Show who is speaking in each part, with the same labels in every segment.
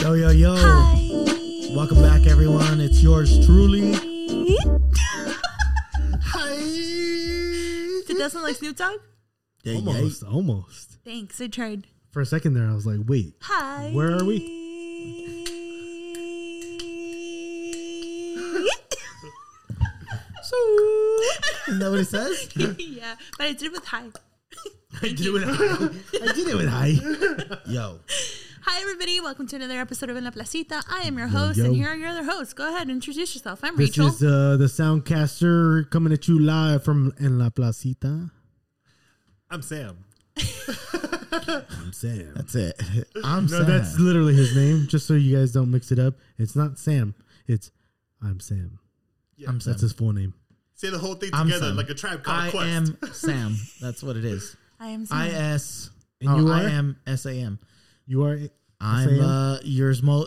Speaker 1: Yo, yo, yo.
Speaker 2: Hi.
Speaker 1: Welcome back, everyone. It's yours truly. Hi.
Speaker 2: Did that sound like Snoop Dogg?
Speaker 1: Yeah,
Speaker 3: Almost, almost.
Speaker 2: Thanks, I tried.
Speaker 3: For a second there, I was like, wait,
Speaker 2: Hi.
Speaker 3: Where are we?
Speaker 2: so.
Speaker 1: Isn't that what it says?
Speaker 2: yeah, but I did it with hi.
Speaker 1: I did it with I did it with hi. Yo.
Speaker 2: Hi, everybody. Welcome to another episode of En La Placita. I am your host,
Speaker 3: yo.
Speaker 2: and here are your other hosts. Go ahead, introduce yourself. I'm
Speaker 3: this
Speaker 2: Rachel.
Speaker 3: is uh, the Soundcaster coming at you live from En La Placita.
Speaker 4: I'm Sam.
Speaker 3: I'm Sam.
Speaker 1: That's it. I'm
Speaker 3: no,
Speaker 1: sad.
Speaker 3: that's literally his name, just so you guys don't mix it up. It's not Sam. It's I'm Sam.
Speaker 4: Yeah.
Speaker 1: I'm Sam.
Speaker 3: That's his full name.
Speaker 4: Say the whole thing
Speaker 1: I'm
Speaker 4: together
Speaker 1: Sam.
Speaker 4: like a tribe called
Speaker 1: I
Speaker 4: Quest.
Speaker 1: am Sam. That's what it is.
Speaker 2: I am Sam.
Speaker 1: I S. oh,
Speaker 3: And you
Speaker 1: I
Speaker 3: are?
Speaker 1: am S A M.
Speaker 3: You are a-
Speaker 1: I'm
Speaker 3: Sam?
Speaker 1: uh, yours, mo-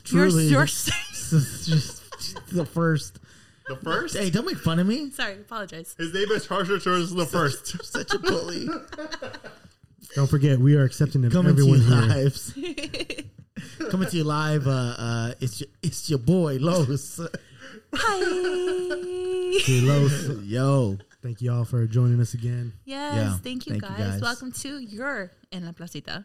Speaker 2: Yours-
Speaker 1: truly.
Speaker 2: yours-
Speaker 1: Just- just the first.
Speaker 4: The first?
Speaker 1: Hey, don't make fun of me.
Speaker 2: Sorry, apologize.
Speaker 4: His name is Harsher Shores the first.
Speaker 1: Such a bully.
Speaker 3: Don't forget, we are accepting of
Speaker 1: Coming
Speaker 3: everyone
Speaker 1: to you
Speaker 3: here.
Speaker 1: live. Coming to you live. Uh, uh, it's your, it's your boy Los.
Speaker 2: Hi.
Speaker 3: Los.
Speaker 1: Yo,
Speaker 3: Thank you all for jojoining us again.
Speaker 2: Yes,
Speaker 1: Yeah,
Speaker 2: thank, you,
Speaker 1: thank you,
Speaker 2: guys.
Speaker 1: guys.
Speaker 2: Welcome to your En La Placita.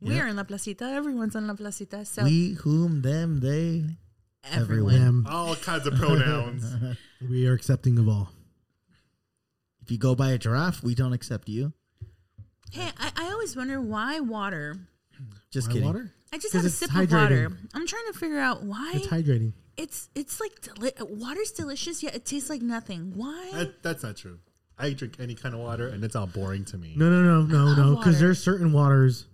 Speaker 2: We are in La Placita. Everyone's in La Placita. So
Speaker 1: we, whom, them, they.
Speaker 2: everyone.
Speaker 3: Them,
Speaker 4: All kinds of pronouns.
Speaker 3: we are accepting of all.
Speaker 1: If you go by a giraffe, we don't accept you.
Speaker 2: Hey, I, I always wonder why water.
Speaker 1: Just
Speaker 3: Why
Speaker 1: kidding.
Speaker 3: water?
Speaker 2: I just
Speaker 3: 'Cause
Speaker 2: had a
Speaker 3: it's
Speaker 2: sip of water.
Speaker 3: hydrating.
Speaker 2: I'm trying to figure out why
Speaker 3: It's
Speaker 2: it's
Speaker 3: hydrating.
Speaker 2: it's, like deli- water's delicious yet it tastes like nothing. Why?
Speaker 4: that, that's not true. I drink any kind of water and it's all boring to me.
Speaker 3: No, no, no, no,
Speaker 2: love
Speaker 3: no. Because
Speaker 2: water.
Speaker 3: there's certain waters.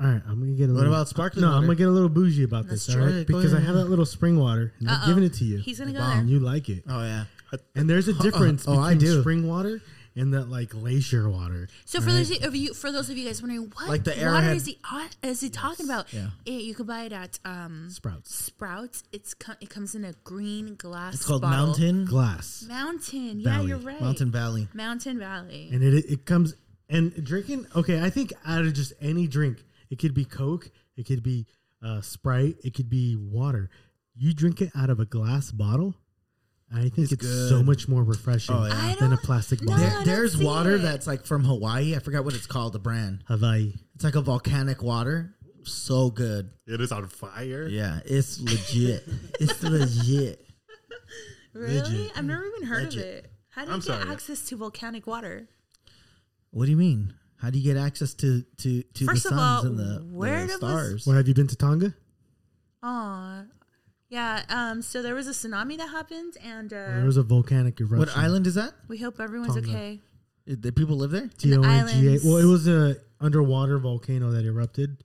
Speaker 3: All right, I'm gonna get a.
Speaker 1: What
Speaker 3: little,
Speaker 1: about sparkling
Speaker 3: No, I'm
Speaker 1: water?
Speaker 3: gonna get a little bougie about
Speaker 2: That's
Speaker 3: this, all
Speaker 1: true.
Speaker 3: right?
Speaker 1: Alright, go
Speaker 3: because I
Speaker 1: ahead.
Speaker 3: have that little spring water, and
Speaker 2: Uh-oh.
Speaker 3: I'm giving it to you.
Speaker 2: He's gonna go
Speaker 3: Wow,
Speaker 2: there.
Speaker 3: And you like it.
Speaker 1: Oh yeah.
Speaker 3: And there's a difference
Speaker 1: oh, I
Speaker 3: between
Speaker 1: do.
Speaker 3: spring water and that like glacier water.
Speaker 2: so for those of you, for those of you guys wondering, what
Speaker 1: Like the
Speaker 2: water
Speaker 1: Arrowhead-
Speaker 2: is he on- is he talking about?
Speaker 1: yeah.
Speaker 2: It- you can buy it at um,
Speaker 3: Sprouts
Speaker 2: Sprouts. It's co- it comes in a green glass.
Speaker 1: It's called
Speaker 2: bottle.
Speaker 1: Mountain
Speaker 3: glass,
Speaker 2: Mountain. Yeah,
Speaker 3: Valley.
Speaker 2: you're right.
Speaker 1: Mountain Valley.
Speaker 2: Mountain Valley.
Speaker 3: and it it comes and drinking. Okay, I think out of just any drink, it could be Coke, it could be uh, Sprite, it could be water. You drink it out of a glass bottle. I think it's, so
Speaker 1: good.
Speaker 3: much more refreshing
Speaker 1: Oh, yeah.
Speaker 2: I
Speaker 3: than a
Speaker 2: don't-
Speaker 3: plastic
Speaker 2: no.
Speaker 3: bottle.
Speaker 1: There,
Speaker 2: don't
Speaker 1: there's
Speaker 2: see
Speaker 1: water
Speaker 2: it.
Speaker 1: that's like from Hawaii. I forgot what it's called. The brand.
Speaker 3: Hawaii.
Speaker 1: It's like a volcanic water. So good.
Speaker 4: It is on fire.
Speaker 1: Yeah, it's legit. it's legit.
Speaker 2: Really? I've never even heard of
Speaker 1: Legit.
Speaker 2: it. How do you
Speaker 4: I'm
Speaker 2: get
Speaker 4: sorry.
Speaker 2: access to volcanic water?
Speaker 1: What do you mean? How do you get access to to to
Speaker 2: First
Speaker 1: the
Speaker 2: of
Speaker 1: suns
Speaker 2: all,
Speaker 1: and the,
Speaker 2: where
Speaker 1: the
Speaker 2: did this-
Speaker 1: stars?
Speaker 3: Well, have you been to Tonga?
Speaker 2: Aw. Yeah, um, so there was a tsunami that happened and
Speaker 3: There
Speaker 2: uh,
Speaker 3: was a volcanic eruption.
Speaker 1: What island is that?
Speaker 2: we hope everyone's
Speaker 3: Tonga.
Speaker 2: okay.
Speaker 1: Did people live there?
Speaker 3: T O N G A.
Speaker 2: islands?
Speaker 3: Well, it was a underwater volcano that erupted.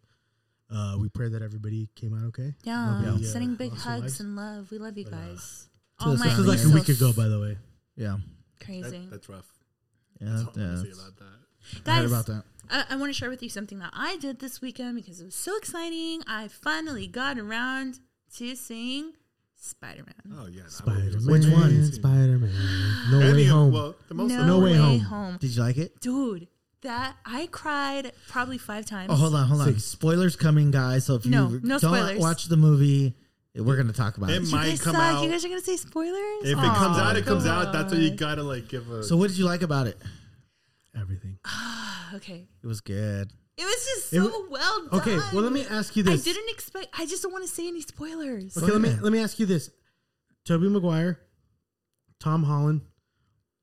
Speaker 3: Uh, we pray that everybody came out okay.
Speaker 2: Yeah.
Speaker 3: Nobody, uh,
Speaker 2: Sending big
Speaker 3: lost their
Speaker 2: hugs
Speaker 3: lives.
Speaker 2: and love. We love you guys.
Speaker 1: to the
Speaker 3: This
Speaker 1: sun.
Speaker 3: was like
Speaker 1: Yeah.
Speaker 3: a week ago, by the way.
Speaker 1: Yeah.
Speaker 4: That-
Speaker 2: Crazy.
Speaker 4: that's rough.
Speaker 1: Yeah.
Speaker 4: That's all I'm
Speaker 1: yeah,
Speaker 4: gonna say
Speaker 1: that's-
Speaker 4: about that.
Speaker 1: I
Speaker 2: guys,
Speaker 1: heard about that.
Speaker 2: I, I want to share with you something that I did this weekend because it was so exciting. I finally got around to seeing Spider Man.
Speaker 4: Oh, yeah. no, I wouldn't
Speaker 3: Spider Man.
Speaker 4: even-
Speaker 1: Which one?
Speaker 3: Spider Man. No way
Speaker 4: Any of-
Speaker 3: home.
Speaker 4: Well, the most
Speaker 2: No,
Speaker 3: No
Speaker 2: way,
Speaker 3: Way Home.
Speaker 2: home.
Speaker 1: Did you like it?
Speaker 2: Dude, that I cried probably five times.
Speaker 1: Oh, hold on, hold on.
Speaker 3: Six.
Speaker 1: Spoilers coming, guys. So if
Speaker 2: No,
Speaker 1: you
Speaker 2: no
Speaker 1: don't
Speaker 2: spoilers.
Speaker 1: watch the movie, we're gonna talk about it.
Speaker 4: It
Speaker 2: You
Speaker 4: might
Speaker 2: guys
Speaker 4: come
Speaker 2: suck.
Speaker 4: out.
Speaker 2: You guys are gonna say spoilers.
Speaker 4: If it
Speaker 2: Aw,
Speaker 4: comes out, it comes
Speaker 2: come
Speaker 4: out. That's what you
Speaker 2: on.
Speaker 4: gotta like give a.
Speaker 1: So what did you like about it?
Speaker 3: Everything.
Speaker 2: Okay,
Speaker 1: It was good.
Speaker 2: it was just
Speaker 3: It
Speaker 2: so
Speaker 3: w-
Speaker 2: well done.
Speaker 3: Okay, well, let me ask you
Speaker 2: I
Speaker 3: this.
Speaker 2: didn't expect. I just don't want to say any spoilers.
Speaker 3: Okay, let me
Speaker 1: Okay.
Speaker 3: let me ask you this: Toby Maguire, Tom Holland,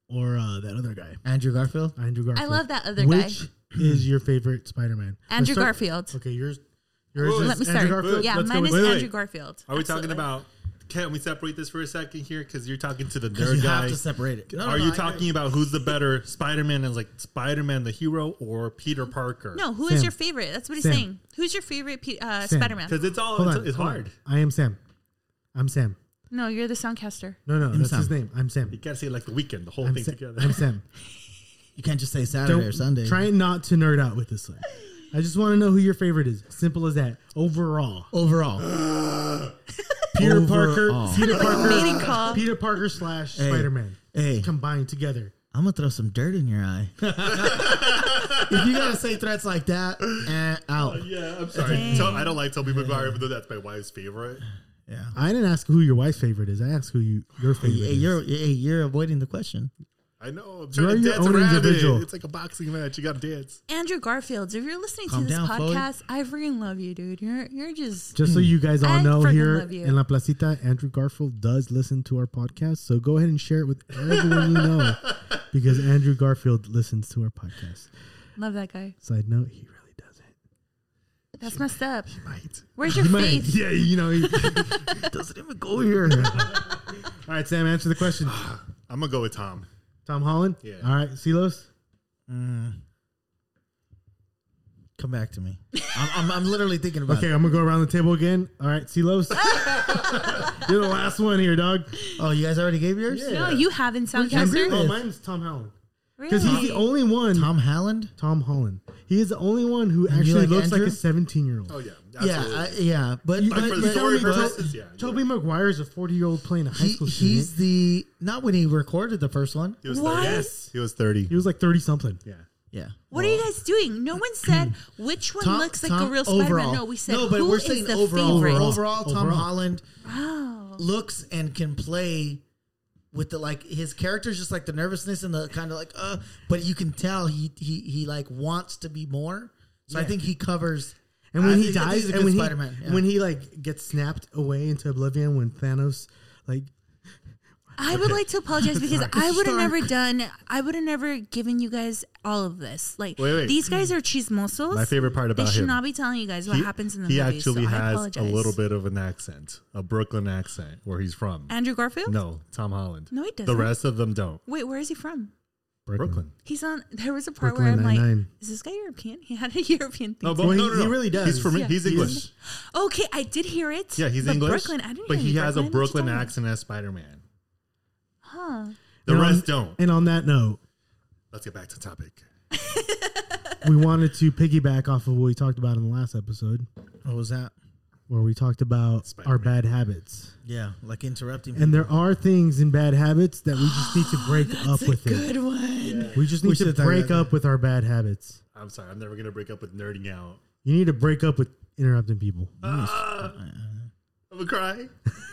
Speaker 3: or uh, that other guy,
Speaker 1: Andrew Garfield.
Speaker 3: Andrew Garfield.
Speaker 2: love that other guy.
Speaker 3: Which is your favorite Spider Man?
Speaker 2: Andrew Garfield.
Speaker 3: Okay, yours. Yours
Speaker 4: Ooh,
Speaker 3: is
Speaker 2: Let me
Speaker 3: Andrew
Speaker 2: start.
Speaker 3: Garfield.
Speaker 2: Yeah,
Speaker 3: Let's go
Speaker 2: mine is
Speaker 3: with-
Speaker 4: Wait, wait.
Speaker 2: Andrew Garfield.
Speaker 4: Are we talking
Speaker 2: Absolutely.
Speaker 4: about? Can we separate this for a second here? Because you're talking to the
Speaker 1: You
Speaker 4: nerd guy.
Speaker 1: have to separate it. No, no,
Speaker 4: Are
Speaker 1: no,
Speaker 4: you
Speaker 1: I-
Speaker 4: talking about who's the better Spider-Man? Is like Spider-Man the hero or Peter Parker?
Speaker 2: No, who is
Speaker 3: Sam.
Speaker 2: your favorite? That's what he's
Speaker 3: Sam.
Speaker 2: saying. Who's your favorite P- uh,
Speaker 3: Sam.
Speaker 2: Spider Man?
Speaker 4: because it's all
Speaker 3: Hold
Speaker 4: it's,
Speaker 3: on,
Speaker 4: it's
Speaker 3: hold on.
Speaker 4: hard.
Speaker 3: I am Sam. I'm Sam.
Speaker 2: No, you're the soundcaster.
Speaker 3: No, no,
Speaker 1: I'm
Speaker 3: that's
Speaker 1: Sam.
Speaker 3: his name. I'm Sam.
Speaker 4: You can't say like the weekend, the whole
Speaker 3: I'm
Speaker 4: thing
Speaker 3: Sam.
Speaker 4: together.
Speaker 3: I'm Sam.
Speaker 1: You can't just say Saturday
Speaker 3: Don't
Speaker 1: or Sunday.
Speaker 3: Try not to nerd out with this one. I just want to know who your favorite is. Simple as that. Overall,
Speaker 1: overall.
Speaker 3: Peter
Speaker 1: Overall.
Speaker 3: Parker, Peter
Speaker 2: Meeting
Speaker 3: Parker,
Speaker 2: call.
Speaker 3: Peter Parker slash Spider Man
Speaker 1: Uh, Hey,
Speaker 3: combined together.
Speaker 1: I'm gonna throw some dirt in your eye. if you gotta say threats like that, eh, out.
Speaker 4: yeah, I'm sorry. So I don't like Toby Maguire, even though that's my wife's favorite.
Speaker 1: Yeah.
Speaker 3: I didn't ask who your wife's favorite is. I asked who you, your favorite
Speaker 1: Hey,
Speaker 3: is.
Speaker 1: you're hey, you're avoiding the question.
Speaker 4: I know. I'm
Speaker 3: You're
Speaker 4: trying to
Speaker 3: your
Speaker 4: dance
Speaker 3: own
Speaker 4: around
Speaker 3: individual.
Speaker 4: it. It's like a boxing match. You got to dance.
Speaker 2: Andrew Garfield, if you're listening
Speaker 1: Calm
Speaker 2: to this
Speaker 1: down, Chloe.
Speaker 2: podcast, I freaking love you, dude. You're you're just
Speaker 3: Just so you guys all
Speaker 2: I
Speaker 3: know,
Speaker 2: freaking
Speaker 3: here
Speaker 2: love you.
Speaker 3: in La Placita, Andrew Garfield does listen to our podcast. So go ahead and share it with everyone you know because Andrew Garfield listens to our podcast.
Speaker 2: love that guy.
Speaker 3: Side note, he really doesn't.
Speaker 2: That's messed up.
Speaker 3: Right.
Speaker 2: Where's your faith?
Speaker 3: Yeah, you know. He,
Speaker 1: Doesn't even go here.
Speaker 3: all right, Sam, answer the question.
Speaker 4: I'm going to go with Tom.
Speaker 3: Tom Holland?
Speaker 4: Yeah.
Speaker 3: All right, Silos?
Speaker 1: Come back to me. I'm, I'm, I'm literally thinking about
Speaker 3: Okay, I'm going to go around the table again. All right, Silos? You're the last one here, dog.
Speaker 1: it. Oh, you guys already gave yours?
Speaker 2: No, you haven't,
Speaker 3: Oh,
Speaker 2: Soundcaster.
Speaker 3: mine's Tom Holland.
Speaker 2: Really?
Speaker 3: Because he's the only one.
Speaker 1: Tom Holland?
Speaker 3: Tom Holland. He is the only one who
Speaker 1: you
Speaker 3: actually
Speaker 1: like
Speaker 3: looks like
Speaker 1: Andrew?
Speaker 3: a uh, 17 year old.
Speaker 4: Oh, yeah.
Speaker 1: Yeah,
Speaker 4: Absolutely.
Speaker 1: I, yeah. But,
Speaker 4: Like,
Speaker 1: but-
Speaker 4: for the
Speaker 1: but-
Speaker 4: story
Speaker 1: but
Speaker 4: purposes, yeah. you're
Speaker 3: Toby
Speaker 4: right.
Speaker 3: Maguire is a 40 year old playing a high
Speaker 1: he-
Speaker 3: school
Speaker 1: he's
Speaker 3: student.
Speaker 1: the not when he recorded the first one.
Speaker 4: He was
Speaker 2: What?
Speaker 4: 30. He was 30.
Speaker 3: He was like 30 something.
Speaker 4: yeah.
Speaker 1: Yeah.
Speaker 2: What are you guys doing? No one said which one
Speaker 1: Tom-
Speaker 2: looks like
Speaker 1: Tom-
Speaker 2: a real Spider-Man.
Speaker 1: overall.
Speaker 2: No, we said
Speaker 1: no, but
Speaker 2: who
Speaker 1: we're
Speaker 2: is
Speaker 1: saying
Speaker 2: the
Speaker 1: overall,
Speaker 2: favorite. Oh.
Speaker 1: overall. Tom
Speaker 3: Overall.
Speaker 1: Holland
Speaker 2: Wow.
Speaker 1: looks and can play with the like his character's just like the nervousness and the kind of like uh, but you can tell he he he like wants to be more. So I think he covers.
Speaker 3: And when
Speaker 1: I
Speaker 3: he
Speaker 1: think- I think
Speaker 3: dies,
Speaker 1: he's a
Speaker 3: and
Speaker 1: good
Speaker 3: when
Speaker 1: Spider-Man,
Speaker 3: he
Speaker 1: yeah.
Speaker 3: when he like gets snapped away into oblivion, when Thanos like
Speaker 2: I would like to apologize because I would have
Speaker 1: Sorry.
Speaker 2: never done. I would have never given you guys all of this. Like
Speaker 4: Wait, wait.
Speaker 2: these guys are chismosos.
Speaker 4: My favorite part
Speaker 2: They
Speaker 4: about
Speaker 2: should
Speaker 4: him.
Speaker 2: not be telling you guys what happens in the
Speaker 4: he
Speaker 2: movie.
Speaker 4: actually
Speaker 2: so I
Speaker 4: has a
Speaker 2: apologize.
Speaker 4: little bit of an accent, a Brooklyn accent, where he's from.
Speaker 2: Andrew Garfield.
Speaker 4: No, Tom Holland.
Speaker 2: No, he doesn't.
Speaker 4: The rest of them don't.
Speaker 2: Wait, where is he from?
Speaker 4: Brooklyn.
Speaker 2: He's on. There was a part where
Speaker 3: Brooklyn
Speaker 2: I'm like,
Speaker 3: Nine-Nine.
Speaker 2: "Is this guy European? He had a European thing."
Speaker 4: No, but
Speaker 3: Well,
Speaker 4: no,
Speaker 3: he-
Speaker 4: no, no.
Speaker 3: he really does.
Speaker 4: He's from
Speaker 2: Yeah.
Speaker 4: he's
Speaker 3: He's-
Speaker 4: English.
Speaker 2: okay, I did hear it.
Speaker 4: Yeah, he's
Speaker 2: but
Speaker 4: English.
Speaker 2: Brooklyn. I didn't.
Speaker 4: But
Speaker 2: hear
Speaker 4: he
Speaker 2: any
Speaker 4: has a
Speaker 2: Brooklyn
Speaker 4: Brooklyn
Speaker 2: What you
Speaker 4: accent as Spider Man.
Speaker 2: talking about? Huh.
Speaker 4: The
Speaker 3: and on-
Speaker 4: rest don't.
Speaker 3: And on that note,
Speaker 4: Let's get back to topic.
Speaker 3: we wanted to piggyback off of what we talked about in the last episode,
Speaker 1: What was that?
Speaker 3: where we talked about our
Speaker 4: Spider-Man.
Speaker 3: bad habits.
Speaker 1: Yeah, like interrupting.
Speaker 3: And there are things in bad habits that we just need to break up with it.
Speaker 2: Oh, Good one.
Speaker 3: We just
Speaker 1: We
Speaker 3: need to
Speaker 1: should've thought
Speaker 3: break
Speaker 1: about
Speaker 3: up with our bad habits.
Speaker 4: I'm sorry, I'm never gonna break up with nerding out.
Speaker 3: You need to break up with interrupting people.
Speaker 4: Ah, I'm gonna cry.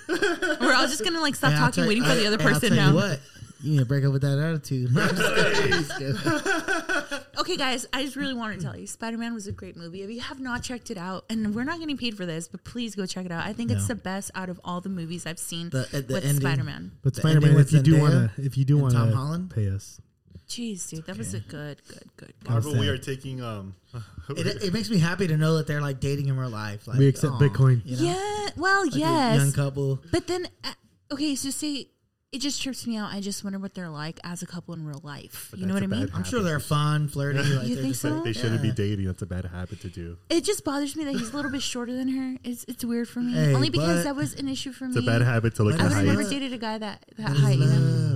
Speaker 2: We're all just gonna like stop
Speaker 1: Hey, I'll
Speaker 2: talking,
Speaker 1: tell-
Speaker 2: waiting for
Speaker 1: hey,
Speaker 2: the other
Speaker 1: hey, I'll
Speaker 2: person
Speaker 1: tell you
Speaker 2: now.
Speaker 1: what, you need to break up with that attitude. No, I'm just kidding. Just kidding.
Speaker 2: Okay, guys, I just really want to tell you, Spider Man was a great movie. If you have not checked it out, and we're not getting paid for this, but please go check it out. I think it's
Speaker 1: Yeah.
Speaker 2: the best out of all the movies I've seen
Speaker 1: The- at the
Speaker 2: with
Speaker 1: ending.
Speaker 2: Spider Man.
Speaker 3: But
Speaker 1: The
Speaker 3: Spider Man,
Speaker 1: ending
Speaker 3: if
Speaker 1: with
Speaker 3: you do
Speaker 1: Zendaya
Speaker 3: want to, if you do
Speaker 1: and
Speaker 3: want
Speaker 1: Tom Holland?
Speaker 3: to pay us,
Speaker 2: Jeez, dude, that was a good, good, good. good.
Speaker 4: Marvel, we
Speaker 3: sad.
Speaker 4: are taking um
Speaker 1: It, it makes me happy to know that they're like dating in real life. Like
Speaker 3: we accept
Speaker 1: aw,
Speaker 3: Bitcoin.
Speaker 1: you know?
Speaker 2: Yeah, well,
Speaker 1: Like a young
Speaker 2: yes,
Speaker 1: couple.
Speaker 2: but then uh, okay, so say it just trips me out. I just wonder what they're like as a couple in real life. You know what
Speaker 4: that's
Speaker 2: I
Speaker 4: a bad
Speaker 2: mean?
Speaker 1: I'm sure they're fun, flirty. Like
Speaker 2: You
Speaker 1: they're
Speaker 2: think
Speaker 1: just
Speaker 2: so?
Speaker 1: like,
Speaker 4: they shouldn't
Speaker 1: Yeah.
Speaker 4: be dating. That's a bad habit to do.
Speaker 2: It just bothers me that he's a little bit shorter than her. It's it's weird for me,
Speaker 1: Hey,
Speaker 2: only because
Speaker 1: but-
Speaker 2: that was an issue for
Speaker 4: It's
Speaker 2: me.
Speaker 4: a bad habit to look
Speaker 1: But
Speaker 2: I
Speaker 4: at
Speaker 2: would have never
Speaker 4: heights.
Speaker 2: dated a guy that that high. You know?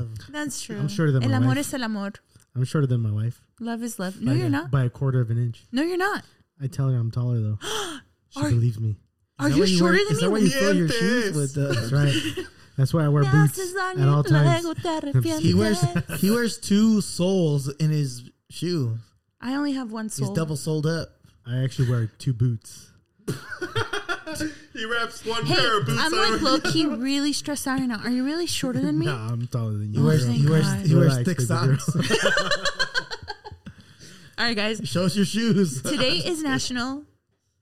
Speaker 1: love.
Speaker 2: That's true.
Speaker 3: I'm shorter than
Speaker 2: El
Speaker 3: my
Speaker 2: amor
Speaker 3: wife.
Speaker 2: es el amor.
Speaker 3: I'm shorter than my wife.
Speaker 2: Love is love. No,
Speaker 3: by,
Speaker 2: you're not.
Speaker 3: By a quarter of an inch.
Speaker 2: No, you're not.
Speaker 3: I tell her I'm taller though. she
Speaker 2: Are-
Speaker 3: believes me.
Speaker 2: Are
Speaker 1: that
Speaker 2: you
Speaker 1: why you
Speaker 2: shorter
Speaker 1: wear- is that
Speaker 2: than
Speaker 1: why
Speaker 2: me?
Speaker 1: you throw your shoes
Speaker 4: Dientes.
Speaker 1: with
Speaker 3: That's
Speaker 1: the?
Speaker 3: right. That's why I wear boots
Speaker 2: Dances on
Speaker 3: at
Speaker 2: your
Speaker 3: all times.
Speaker 2: leg without
Speaker 1: He wears
Speaker 2: offense.
Speaker 1: he wears two soles in his shoe.
Speaker 2: I only have one
Speaker 1: He's
Speaker 2: soul.
Speaker 1: double soled up.
Speaker 3: I actually wear two boots.
Speaker 4: He wraps one
Speaker 2: Hey,
Speaker 4: pair of boots
Speaker 2: I'm like
Speaker 4: over.
Speaker 2: low key really stressed out right now. Are you really shorter than me?
Speaker 3: No, I'm taller than you.
Speaker 1: He wears
Speaker 2: Oh, thank
Speaker 1: he wears
Speaker 2: God.
Speaker 1: he wears
Speaker 3: Relax,
Speaker 1: thick
Speaker 3: baby
Speaker 1: socks.
Speaker 2: All right, guys.
Speaker 1: Show us your shoes.
Speaker 2: Today is national.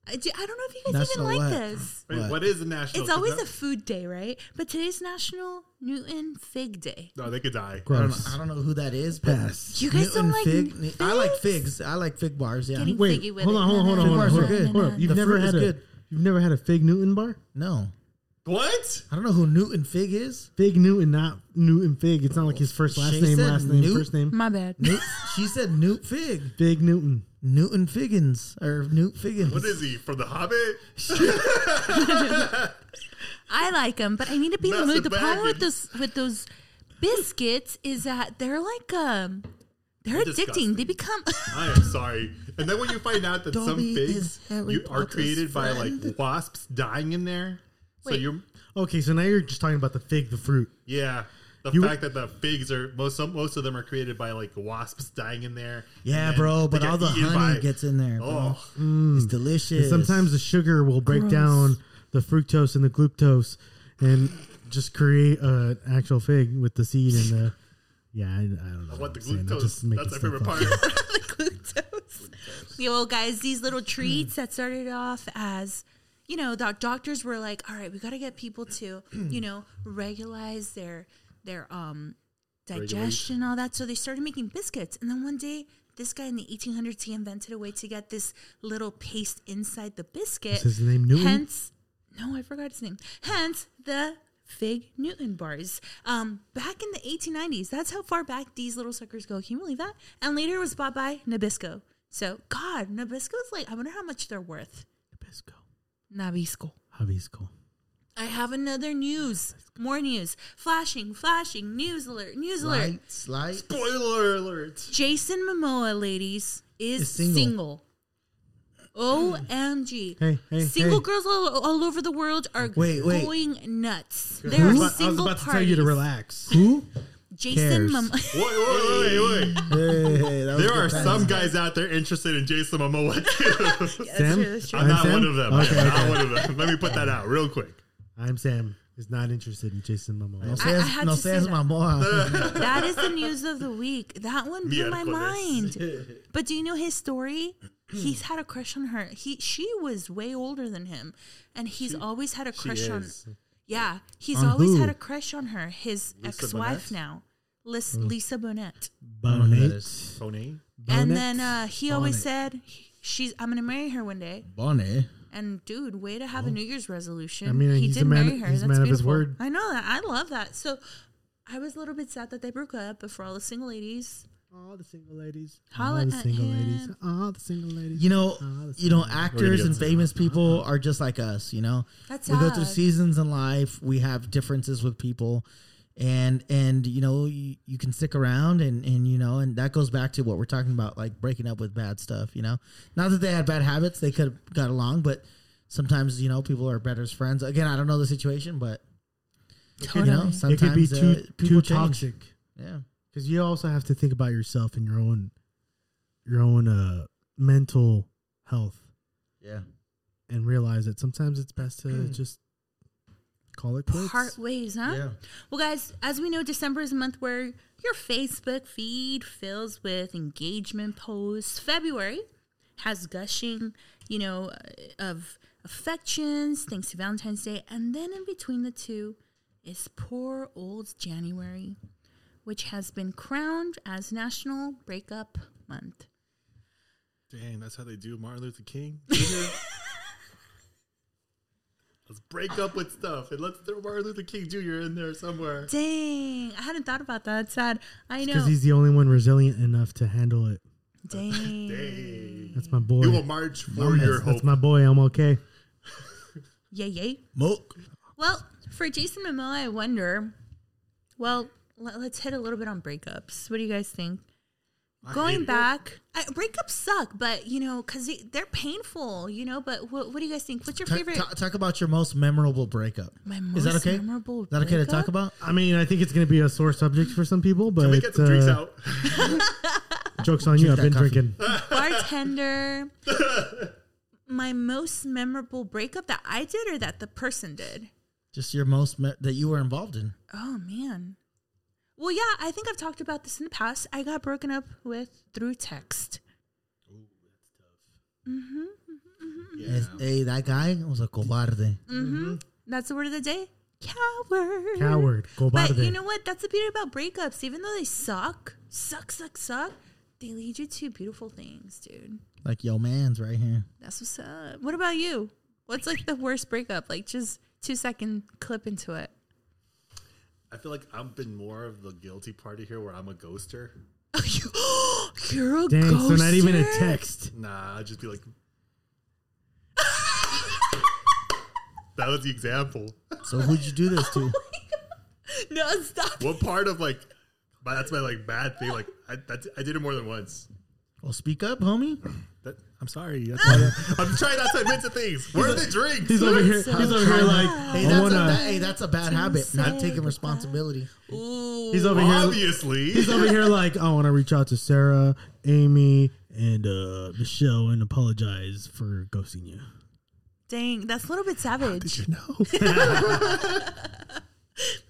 Speaker 2: I do- I don't know if you guys
Speaker 1: National
Speaker 2: even like
Speaker 1: what?
Speaker 2: this.
Speaker 4: Wait, what is the national?
Speaker 2: It's always a
Speaker 4: Is
Speaker 2: food day, right? But today's National Newton Fig Day.
Speaker 4: that- no. They could die.
Speaker 1: I don't, know,
Speaker 3: Gross.
Speaker 1: I don't know who that is, but
Speaker 3: Pass.
Speaker 2: You guys don't
Speaker 1: Newton
Speaker 2: like
Speaker 1: fig, I like
Speaker 2: figs?
Speaker 1: figs. I like fig bars. Yeah.
Speaker 2: Getting
Speaker 3: Wait,
Speaker 2: figgy with
Speaker 3: hold
Speaker 2: it.
Speaker 3: on, hold on, hold on,
Speaker 1: Fig
Speaker 3: hold on,
Speaker 1: bars are
Speaker 3: hold on.
Speaker 1: good.
Speaker 3: Hold on. You've
Speaker 1: The
Speaker 3: never
Speaker 1: fruit
Speaker 3: had
Speaker 1: is
Speaker 3: a
Speaker 1: good.
Speaker 3: you've never had a fig Newton bar?
Speaker 1: No,
Speaker 4: What?
Speaker 1: I don't know who Newton Fig is.
Speaker 3: Fig Newton, not Newton Fig. It's not like his first last
Speaker 1: She
Speaker 3: name,
Speaker 1: said
Speaker 3: last name,
Speaker 1: Newt.
Speaker 3: first name.
Speaker 2: My bad.
Speaker 1: Newt, she said Newt Fig,
Speaker 3: Fig Newton.
Speaker 1: Newton Figgins, or Newt Figgins.
Speaker 4: What is he from The Hobbit?
Speaker 2: I like them, but I need to be in the
Speaker 4: Massive
Speaker 2: mood. The problem with
Speaker 4: baggage.
Speaker 2: those with those biscuits is that they're like um, they're addicting.
Speaker 4: disgusting.
Speaker 2: They become
Speaker 4: I am sorry. And then when you find out that some
Speaker 1: Dobby
Speaker 4: figs
Speaker 1: is Harry
Speaker 4: you are
Speaker 1: Potter's
Speaker 4: created by
Speaker 1: friend.
Speaker 4: like wasps dying in there, so
Speaker 2: Wait.
Speaker 4: you're
Speaker 3: Okay, so now you're just talking about the fig, the fruit.
Speaker 4: yeah. The
Speaker 3: You-
Speaker 4: fact that the figs are most some, most of them are created by like wasps dying in there.
Speaker 1: Yeah,
Speaker 4: and then
Speaker 1: bro,
Speaker 4: they
Speaker 1: but
Speaker 4: get
Speaker 1: all the
Speaker 4: eaten
Speaker 1: honey
Speaker 4: by-
Speaker 1: gets in there. Bro.
Speaker 4: Oh,
Speaker 1: It's delicious.
Speaker 3: And sometimes the sugar will break
Speaker 2: Gross.
Speaker 3: down the fructose and the glucose and just create an actual fig with the seed and the. Yeah, I, I don't know.
Speaker 4: what the
Speaker 3: I'm saying. I'm
Speaker 4: glucose?
Speaker 3: just making
Speaker 4: That's my favorite
Speaker 3: stuff up.
Speaker 4: part.
Speaker 2: the glucose. Yo, guys, these little treats that started off as, you know, doc- doctors were like, all right, we got to get people to, you know, regularize their their um digestion, all that. So they started making biscuits, and then one day. This guy in the 1800s, he invented a way to get this little paste inside the biscuit.
Speaker 3: Is his name Newton?
Speaker 2: Hence, no, I forgot his name. Hence the Fig Newton bars. Um, back in the 1890s, that's how far back these little suckers go. Can you believe that? And later it was bought by Nabisco. So, God, Nabisco's like, I wonder how much they're worth.
Speaker 3: Pisco.
Speaker 2: Nabisco.
Speaker 3: Javisco.
Speaker 2: I have another news. More news. Flashing, flashing, news alert, news alert.
Speaker 1: lights, lights.
Speaker 4: Spoiler alert!
Speaker 2: Jason Momoa, ladies, is,
Speaker 1: Is single.
Speaker 2: single. OMG.
Speaker 3: Hey, hey,
Speaker 2: single
Speaker 3: hey.
Speaker 2: girls all, all over the world are
Speaker 1: Wait, wait.
Speaker 2: going nuts.
Speaker 4: I
Speaker 2: There are
Speaker 4: was about, I was
Speaker 2: single
Speaker 4: about to tell
Speaker 2: parties.
Speaker 4: you to relax.
Speaker 3: Who?
Speaker 2: Jason
Speaker 1: cares?
Speaker 2: Momoa.
Speaker 4: Wait, wait, wait, wait.
Speaker 1: Hey, hey, that was
Speaker 4: There
Speaker 1: good
Speaker 4: are
Speaker 1: times.
Speaker 4: some guys out there interested in Jason Momoa too.
Speaker 3: Sam?
Speaker 4: I'm not
Speaker 3: Sam?
Speaker 4: one of them.
Speaker 3: Okay,
Speaker 4: I'm not one of them. Let me put that out real quick.
Speaker 3: I'm Sam. Is not interested in Jason Momoa.
Speaker 1: No
Speaker 2: I- I
Speaker 1: seas,
Speaker 2: had
Speaker 1: no
Speaker 2: to say
Speaker 1: seas
Speaker 2: that.
Speaker 1: mamá.
Speaker 2: that is the news of the week. That one blew my
Speaker 4: Miércoles.
Speaker 2: mind. But do you know his story? He's had a crush on her. He she was way older than him, and he's always had a
Speaker 4: she
Speaker 2: crush on.
Speaker 4: is.
Speaker 2: Yeah, he's
Speaker 3: On
Speaker 2: always
Speaker 3: who?
Speaker 2: had a crush on her. His
Speaker 4: Lisa
Speaker 2: ex-wife
Speaker 4: Bonet? Mm.
Speaker 2: now, Lis- Lisa Bonet.
Speaker 3: Bonnet.
Speaker 4: Tony.
Speaker 2: And
Speaker 3: Bonet?
Speaker 2: then uh, he always
Speaker 1: Bonet.
Speaker 2: said, "She's I'm gonna marry her one day."
Speaker 1: Bonnie.
Speaker 2: And dude, way to have a New Year's resolution.
Speaker 3: Oh. I mean,
Speaker 2: he
Speaker 3: he's a
Speaker 2: did
Speaker 3: man-
Speaker 2: marry her.
Speaker 3: he's a
Speaker 2: That's
Speaker 3: man of his
Speaker 2: beautiful.
Speaker 3: word.
Speaker 2: I know that. I love that. So I was a little bit sad that they broke up, but for all the single ladies,
Speaker 3: All the single ladies.
Speaker 2: Holla
Speaker 3: all the
Speaker 2: at
Speaker 3: single
Speaker 2: him.
Speaker 3: ladies. All the single ladies.
Speaker 1: You know,
Speaker 2: Ah,
Speaker 3: that's
Speaker 1: you know,
Speaker 4: We're
Speaker 1: actors
Speaker 4: gonna
Speaker 1: and
Speaker 4: get to
Speaker 1: famous people are just like us. You know,
Speaker 2: Uh-huh. That's
Speaker 1: we go through
Speaker 2: sad.
Speaker 1: seasons in life. We have differences with people, and and you know, you, you can stick around, and and you know, and that goes back to what we're talking about, like breaking up with bad stuff. You know, not that they had bad habits, they could have got along, but sometimes you know, people are better as friends. Again, I don't know the situation, but you know,
Speaker 2: Totally.
Speaker 1: sometimes
Speaker 3: it could be
Speaker 1: uh,
Speaker 3: too too
Speaker 1: people change.
Speaker 3: toxic
Speaker 1: Yeah.
Speaker 3: because you also have to think about yourself and your own your own uh, mental health
Speaker 1: Yeah.
Speaker 3: and realize that sometimes it's best to just call it quits.
Speaker 2: part ways, huh?
Speaker 1: Yeah.
Speaker 2: Well, guys, as we know, December is a month where your Facebook feed fills with engagement posts. February has gushing, you know, uh, of affections thanks to Valentine's Day. And then in between the two is poor old January, which has been crowned as National Breakup Month.
Speaker 4: Dang, that's how they do Martin Luther King. Jr. let's break up with stuff and let's throw Martin Luther King Jr. in there somewhere.
Speaker 2: Dang, I hadn't thought about that. It's sad. I know.
Speaker 3: because he's the only one resilient enough to handle it.
Speaker 2: Dang.
Speaker 4: Dang.
Speaker 3: That's my boy.
Speaker 4: We will march for
Speaker 3: That's-
Speaker 4: your
Speaker 3: that's,
Speaker 4: hope.
Speaker 3: my boy. I'm okay.
Speaker 2: Yay, yay.
Speaker 1: Moke.
Speaker 2: Well, for Jason Momoa, I wonder. Well, le- let's hit a little bit on breakups. What do you guys think?
Speaker 4: I hate
Speaker 2: Going
Speaker 4: it.
Speaker 2: back, I, breakups suck, but you know, because they're painful, you know. But what, what do you guys think? What's your
Speaker 1: Ta-
Speaker 2: favorite?
Speaker 1: ta- talk about your most memorable breakup.
Speaker 2: my
Speaker 1: Is that
Speaker 2: most
Speaker 1: okay?
Speaker 2: memorable
Speaker 1: Is that okay to
Speaker 2: breakup?
Speaker 1: talk about?
Speaker 3: I mean, I think it's going to be a sore subject for some people, but
Speaker 4: Can we get some drinks
Speaker 3: uh,
Speaker 4: out?
Speaker 3: jokes on you.
Speaker 1: Drink
Speaker 3: I've
Speaker 1: that
Speaker 3: been
Speaker 1: coffee.
Speaker 3: drinking.
Speaker 2: bartender. my most memorable breakup that I did, or that the person did.
Speaker 1: Just your most me- that you were involved in.
Speaker 2: Oh man. Well, yeah, I think I've talked about this in the past. I got broken up with through text.
Speaker 1: Is- Hey, that guy was a cobarde.
Speaker 2: Mm-hmm. That's the word of the day. Coward.
Speaker 3: Coward.
Speaker 2: But
Speaker 3: Cobarde.
Speaker 2: you know what? That's the beauty about breakups. Even though they suck, suck, suck, suck, they lead you to beautiful things, dude.
Speaker 1: Like yo, man's right here.
Speaker 2: That's what's up. What about you? What's like the worst breakup? Like just two second clip into it.
Speaker 4: I feel like I've been more of the guilty party here where I'm a ghoster.
Speaker 2: Oh, you, you're a
Speaker 3: Dang, so not even a
Speaker 2: ghoster?
Speaker 3: text.
Speaker 4: Nah, I'd just be like. that was the example.
Speaker 1: So who'd you do this to?
Speaker 2: No, stop.
Speaker 4: What part of like. my- That's my like bad thing. Like I, that's, I did it more than once.
Speaker 1: Well, speak up, homie.
Speaker 4: That I'm sorry. That's why I- I'm trying not to admit to things. Where are the drinks?
Speaker 3: He's over here. He's
Speaker 2: so
Speaker 3: over here like
Speaker 1: Hey,
Speaker 3: I
Speaker 1: that's,
Speaker 3: wanna-
Speaker 1: a, that- hey, that's a bad habit. Not taking responsibility.
Speaker 2: Ooh.
Speaker 3: He's over here.
Speaker 4: Obviously.
Speaker 3: He's over here like I want to reach out to Sarah, Amy, and uh, Michelle and apologize for ghosting you.
Speaker 2: Dang, that's a little bit
Speaker 4: Did
Speaker 2: savage.
Speaker 4: you know?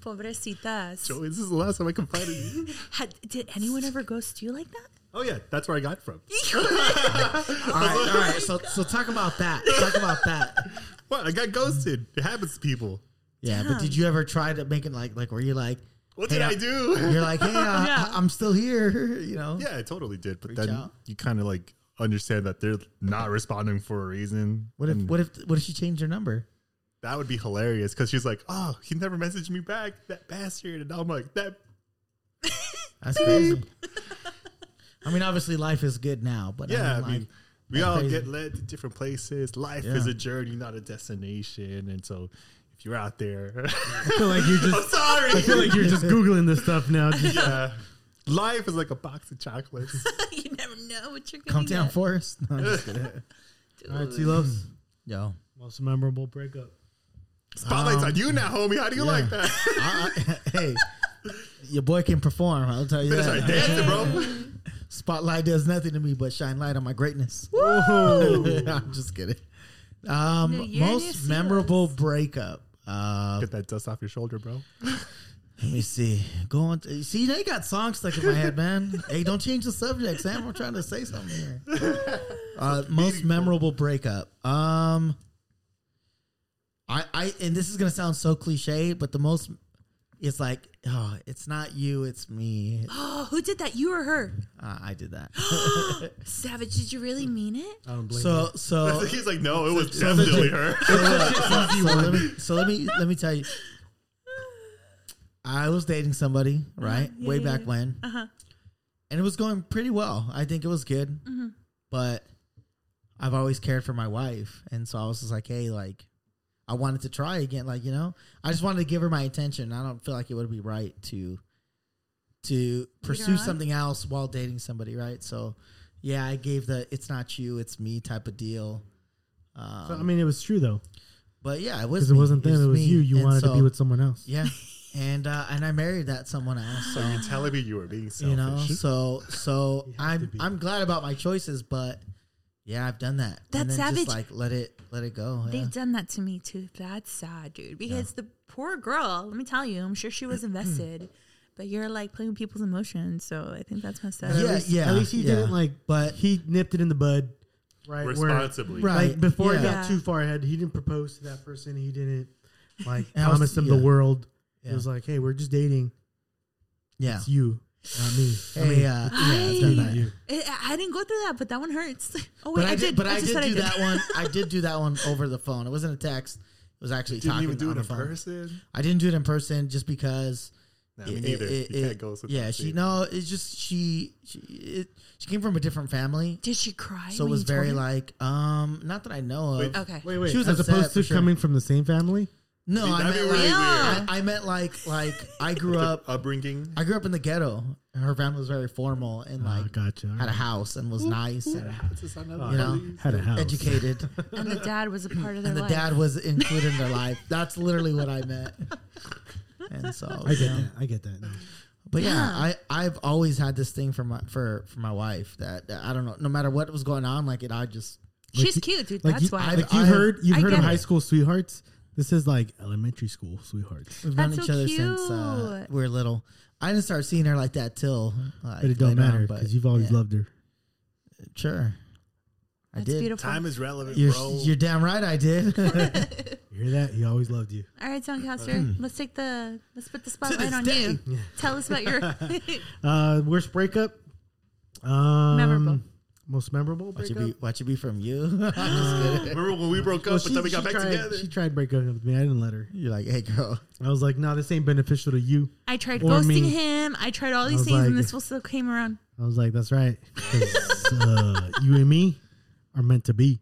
Speaker 2: Pobrecitas.
Speaker 4: Joey, this is the last time I confided in you.
Speaker 2: Had, did anyone ever ghost you like that?
Speaker 4: Oh, yeah. That's where I got it from.
Speaker 1: All right, all right. So, so talk about that. Talk about that.
Speaker 4: What? I got ghosted. It happens to people.
Speaker 1: Yeah, but did you ever try to make it like, like, were you like,
Speaker 4: What did
Speaker 1: Hey,
Speaker 4: I
Speaker 1: I-
Speaker 4: do?
Speaker 1: you're like, hey, I,
Speaker 2: Yeah.
Speaker 1: I'm still here, you know?
Speaker 4: Yeah, I totally did. But
Speaker 1: Reach
Speaker 4: then
Speaker 1: out.
Speaker 4: you kind of like understand that they're not responding for a reason.
Speaker 1: What if,
Speaker 4: And
Speaker 1: what if, what if she changed her number?
Speaker 4: that would be hilarious because she's like, oh, he never messaged me back. That bastard. And I'm like, that.
Speaker 1: That's crazy. I mean, obviously, life is good now, but
Speaker 4: Yeah, I
Speaker 1: like,
Speaker 4: mean, we
Speaker 1: that's
Speaker 4: all
Speaker 1: crazy.
Speaker 4: get led to different places. Life
Speaker 1: Yeah.
Speaker 4: is a journey, not a destination. And so if you're out there,
Speaker 3: I feel like you're
Speaker 4: I'm
Speaker 3: just.
Speaker 4: sorry.
Speaker 3: I feel like you're just googling this stuff now.
Speaker 4: yeah. Life is like a box of chocolates.
Speaker 2: you never know what you're
Speaker 1: come
Speaker 2: going to
Speaker 1: down for us. No, I'm just kidding.
Speaker 3: All right, T loves
Speaker 1: Yo.
Speaker 3: most memorable breakup.
Speaker 4: Spotlight's on you now, homie. How do you like that?
Speaker 1: I- I- hey, your boy can perform. I'll tell you
Speaker 4: That's right,
Speaker 1: that.
Speaker 4: dancing, bro.
Speaker 1: Spotlight does nothing to me but shine light on my greatness. I'm just kidding.
Speaker 2: New
Speaker 1: Um,
Speaker 2: year, new
Speaker 1: most
Speaker 2: seals.
Speaker 1: memorable breakup. Uh,
Speaker 4: Get that dust off your shoulder, bro.
Speaker 1: let me see. Going to, see, they got songs stuck in my head, man. hey, don't change the subject, Sam. I'm trying to say something here. Uh, most memorable breakup. Um, I, I, and this is gonna sound so cliche, but the most, it's like, oh, it's not you, it's me.
Speaker 2: Oh, who did that? You or her?
Speaker 1: Uh, I did that.
Speaker 2: Savage, did you really mean it?
Speaker 1: Oh,
Speaker 3: I don't blame
Speaker 1: so, so
Speaker 4: He's like, no, it was definitely her.
Speaker 1: so let me so let me let me tell you. I was dating somebody, right?
Speaker 2: Uh-huh. yeah,
Speaker 1: Way
Speaker 2: yeah,
Speaker 1: back
Speaker 2: yeah.
Speaker 1: when.
Speaker 2: Uh-huh.
Speaker 1: And it was going pretty well. I think it was good.
Speaker 2: Mm-hmm.
Speaker 1: But I've always cared for my wife. And so I was just like, hey, like I wanted to try again, like, you know? I just wanted to give her my attention. I don't feel like it would be right to to pursue
Speaker 2: on?
Speaker 1: something else while dating somebody, right? So yeah, I gave the it's not you, it's me type of deal. Um,
Speaker 3: So, I mean, it was true though,
Speaker 1: but yeah, it was
Speaker 3: because it
Speaker 1: me.
Speaker 3: wasn't them. It was
Speaker 1: me.
Speaker 3: you. You
Speaker 1: And
Speaker 3: wanted to
Speaker 1: so-
Speaker 3: be with someone else.
Speaker 1: yeah, and uh, and I married that someone else. So
Speaker 4: You're telling me you were being selfish.
Speaker 1: you know, so so
Speaker 3: You have to
Speaker 1: I'm
Speaker 3: be.
Speaker 1: I'm glad about my choices, but yeah, I've done that.
Speaker 2: That's
Speaker 1: and then
Speaker 2: savage.
Speaker 1: Just like let it let it go. yeah.
Speaker 2: They've done that to me too. That's sad, dude. Because the poor girl, let me tell you, I'm sure she was invested, but you're like playing with people's emotions. So I think that's messed up.
Speaker 1: Yeah,
Speaker 3: at least,
Speaker 1: yeah,
Speaker 3: At least he
Speaker 1: yeah.
Speaker 3: didn't like, but
Speaker 1: But-
Speaker 3: he nipped it in the bud, right? Where,
Speaker 4: Responsibly.
Speaker 1: Right.
Speaker 3: like before it got
Speaker 1: yeah.
Speaker 2: Yeah.
Speaker 3: too far ahead, he didn't propose to that person. He didn't like
Speaker 1: And I was-
Speaker 3: promise him
Speaker 1: yeah.
Speaker 3: the world. It
Speaker 1: Yeah.
Speaker 3: was like, hey, we're just dating.
Speaker 1: yeah.
Speaker 3: It's you, not me. I mean,
Speaker 1: Hey, uh, yeah, I've
Speaker 2: I-
Speaker 1: done
Speaker 3: me, not
Speaker 1: that.
Speaker 3: you.
Speaker 2: I, I- I didn't go through that, but that one hurts. Oh, wait,
Speaker 1: But
Speaker 2: I, did.
Speaker 1: but I,
Speaker 2: just
Speaker 1: did do
Speaker 2: said
Speaker 1: that one. I did do that one over the phone. It wasn't a text. It was actually
Speaker 4: Didn't
Speaker 1: talking
Speaker 4: even do
Speaker 1: on
Speaker 4: it
Speaker 1: the
Speaker 4: in
Speaker 1: phone.
Speaker 4: person.
Speaker 1: I didn't do it in person just because
Speaker 4: Nah, me neither. you can't go.
Speaker 1: yeah, she no. It's just she. She it, she came from a different family,
Speaker 2: Did she cry?
Speaker 1: so it
Speaker 2: when
Speaker 1: was
Speaker 2: you told
Speaker 1: very
Speaker 2: her?
Speaker 1: like um. Not that I know of.
Speaker 4: Wait,
Speaker 2: Okay.
Speaker 3: Wait, wait.
Speaker 1: She was
Speaker 3: as
Speaker 1: upset,
Speaker 3: opposed to
Speaker 1: for sure.
Speaker 3: coming from the same family.
Speaker 1: No, I
Speaker 4: That'd
Speaker 1: meant
Speaker 4: be
Speaker 1: like,
Speaker 4: really
Speaker 2: Yeah.
Speaker 4: weird.
Speaker 1: I, I meant like like I grew up
Speaker 4: Upbringing.
Speaker 1: I grew up in the ghetto. Her family was very formal and
Speaker 3: Oh,
Speaker 1: like
Speaker 3: gotcha.
Speaker 1: had a house and was nice and
Speaker 4: You
Speaker 1: you know
Speaker 3: Had a house.
Speaker 1: educated.
Speaker 2: And the dad was a part of their
Speaker 1: and the
Speaker 2: life.
Speaker 1: dad was included in their life. That's literally what I meant. And so
Speaker 3: I
Speaker 1: you
Speaker 3: get
Speaker 1: know.
Speaker 3: that. I get that. now.
Speaker 1: But yeah, I I've always had this thing for my for for my wife that, that I don't know no matter what was going on like it I just
Speaker 2: She's cute, dude.
Speaker 3: Like
Speaker 2: that's
Speaker 3: you,
Speaker 2: why.
Speaker 3: like
Speaker 1: I-
Speaker 3: you've
Speaker 1: I-
Speaker 3: heard, you've
Speaker 2: I
Speaker 3: heard of
Speaker 2: get
Speaker 3: high
Speaker 2: it.
Speaker 3: school sweethearts. This is like elementary school sweethearts.
Speaker 1: we've known
Speaker 2: That's
Speaker 1: each
Speaker 2: so
Speaker 1: other since uh,
Speaker 2: cute.
Speaker 1: we were little. I didn't start seeing her like that till like,
Speaker 3: But it don't
Speaker 1: later on,
Speaker 3: matter
Speaker 1: but
Speaker 3: because you've always
Speaker 1: yeah,
Speaker 3: loved her.
Speaker 1: sure. I
Speaker 2: that's
Speaker 1: did.
Speaker 2: beautiful.
Speaker 4: Time is relevant,
Speaker 1: You're,
Speaker 4: bro.
Speaker 1: you're damn right I did.
Speaker 3: You hear that? He always loved you.
Speaker 2: All right, Soundcaster, let's take the let's put the spotlight
Speaker 1: this
Speaker 2: on
Speaker 1: day.
Speaker 2: you. Tell us about your
Speaker 3: Uh, worst breakup. Um,
Speaker 2: Memorable.
Speaker 3: Most memorable
Speaker 1: Watch it
Speaker 3: breakup.
Speaker 1: be, watch it be from you.
Speaker 4: Remember when we broke up,
Speaker 3: Well,
Speaker 4: but then we got back
Speaker 3: tried,
Speaker 4: together?
Speaker 3: She tried breaking up with me. I didn't let her.
Speaker 1: You're like, hey, girl.
Speaker 3: I was like, no, this ain't beneficial to you.
Speaker 2: I tried
Speaker 3: Or
Speaker 2: ghosting
Speaker 3: me.
Speaker 2: him. I tried all these
Speaker 3: was
Speaker 2: things, and
Speaker 3: like-
Speaker 2: this one still came around.
Speaker 3: I was like, that's right. 'Cause, uh, you and me are meant to be.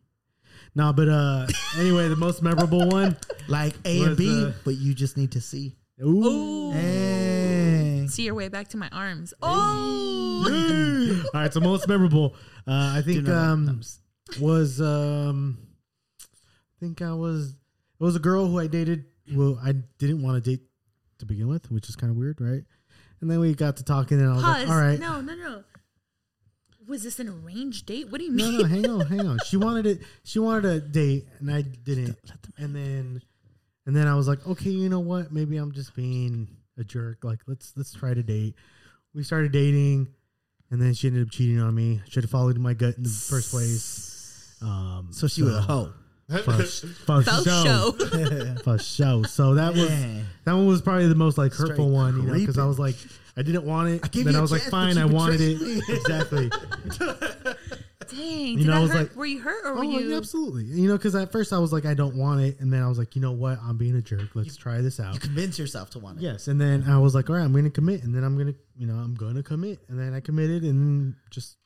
Speaker 3: Nah, but uh, anyway, the most memorable one.
Speaker 1: Like A and
Speaker 3: Was,
Speaker 1: B,
Speaker 3: uh,
Speaker 1: but you just need to see.
Speaker 3: Ooh.
Speaker 1: Hey.
Speaker 2: See your way back to my arms. Oh,
Speaker 3: All right, so most memorable. Uh, I think
Speaker 1: know that.
Speaker 3: um,
Speaker 1: I'm s-
Speaker 3: was um I think I was it was a girl who I dated well I didn't want to date to begin with, which is kind of weird, right? And then we got to talking and I was
Speaker 2: Pause.
Speaker 3: like, "All right.
Speaker 2: No, no, no. Was this an arranged date? What do you
Speaker 3: No,
Speaker 2: mean?
Speaker 3: no, hang on, hang on. She wanted it. She wanted a date, and I didn't. And then, and then I was like, okay, you know what? Maybe I'm just being a jerk. Like, let's let's try to date. We started dating, and then she ended up cheating on me. Should have followed my gut in the first place. Um,
Speaker 1: So she was a hoe.
Speaker 3: for, for
Speaker 2: Faux
Speaker 3: show,
Speaker 2: show.
Speaker 3: for show. So that was
Speaker 1: Yeah.
Speaker 3: that one was probably the most like hurtful
Speaker 1: Straight
Speaker 3: one, you know, because I
Speaker 1: creeping.
Speaker 3: was like, I didn't want it.
Speaker 1: gave
Speaker 3: then
Speaker 1: you
Speaker 3: I
Speaker 1: a
Speaker 3: was like,
Speaker 1: chance, but
Speaker 3: fine,
Speaker 1: you
Speaker 3: I wanted
Speaker 1: betrayed
Speaker 3: it exactly.
Speaker 2: Dang. Did
Speaker 3: know, I
Speaker 2: I
Speaker 3: was
Speaker 2: hurt?
Speaker 3: like-
Speaker 2: were you hurt or
Speaker 3: Oh,
Speaker 2: were
Speaker 3: like,
Speaker 2: you?
Speaker 3: absolutely. You know, because at first I was like, I don't want it, and then I was like, you know what? I'm being a jerk. Let's try this out.
Speaker 1: You convince yourself to want it.
Speaker 3: Yes, and then I was like, all right, I'm going to commit, and then I'm going to, you know, I'm going to commit, and then I committed, and then just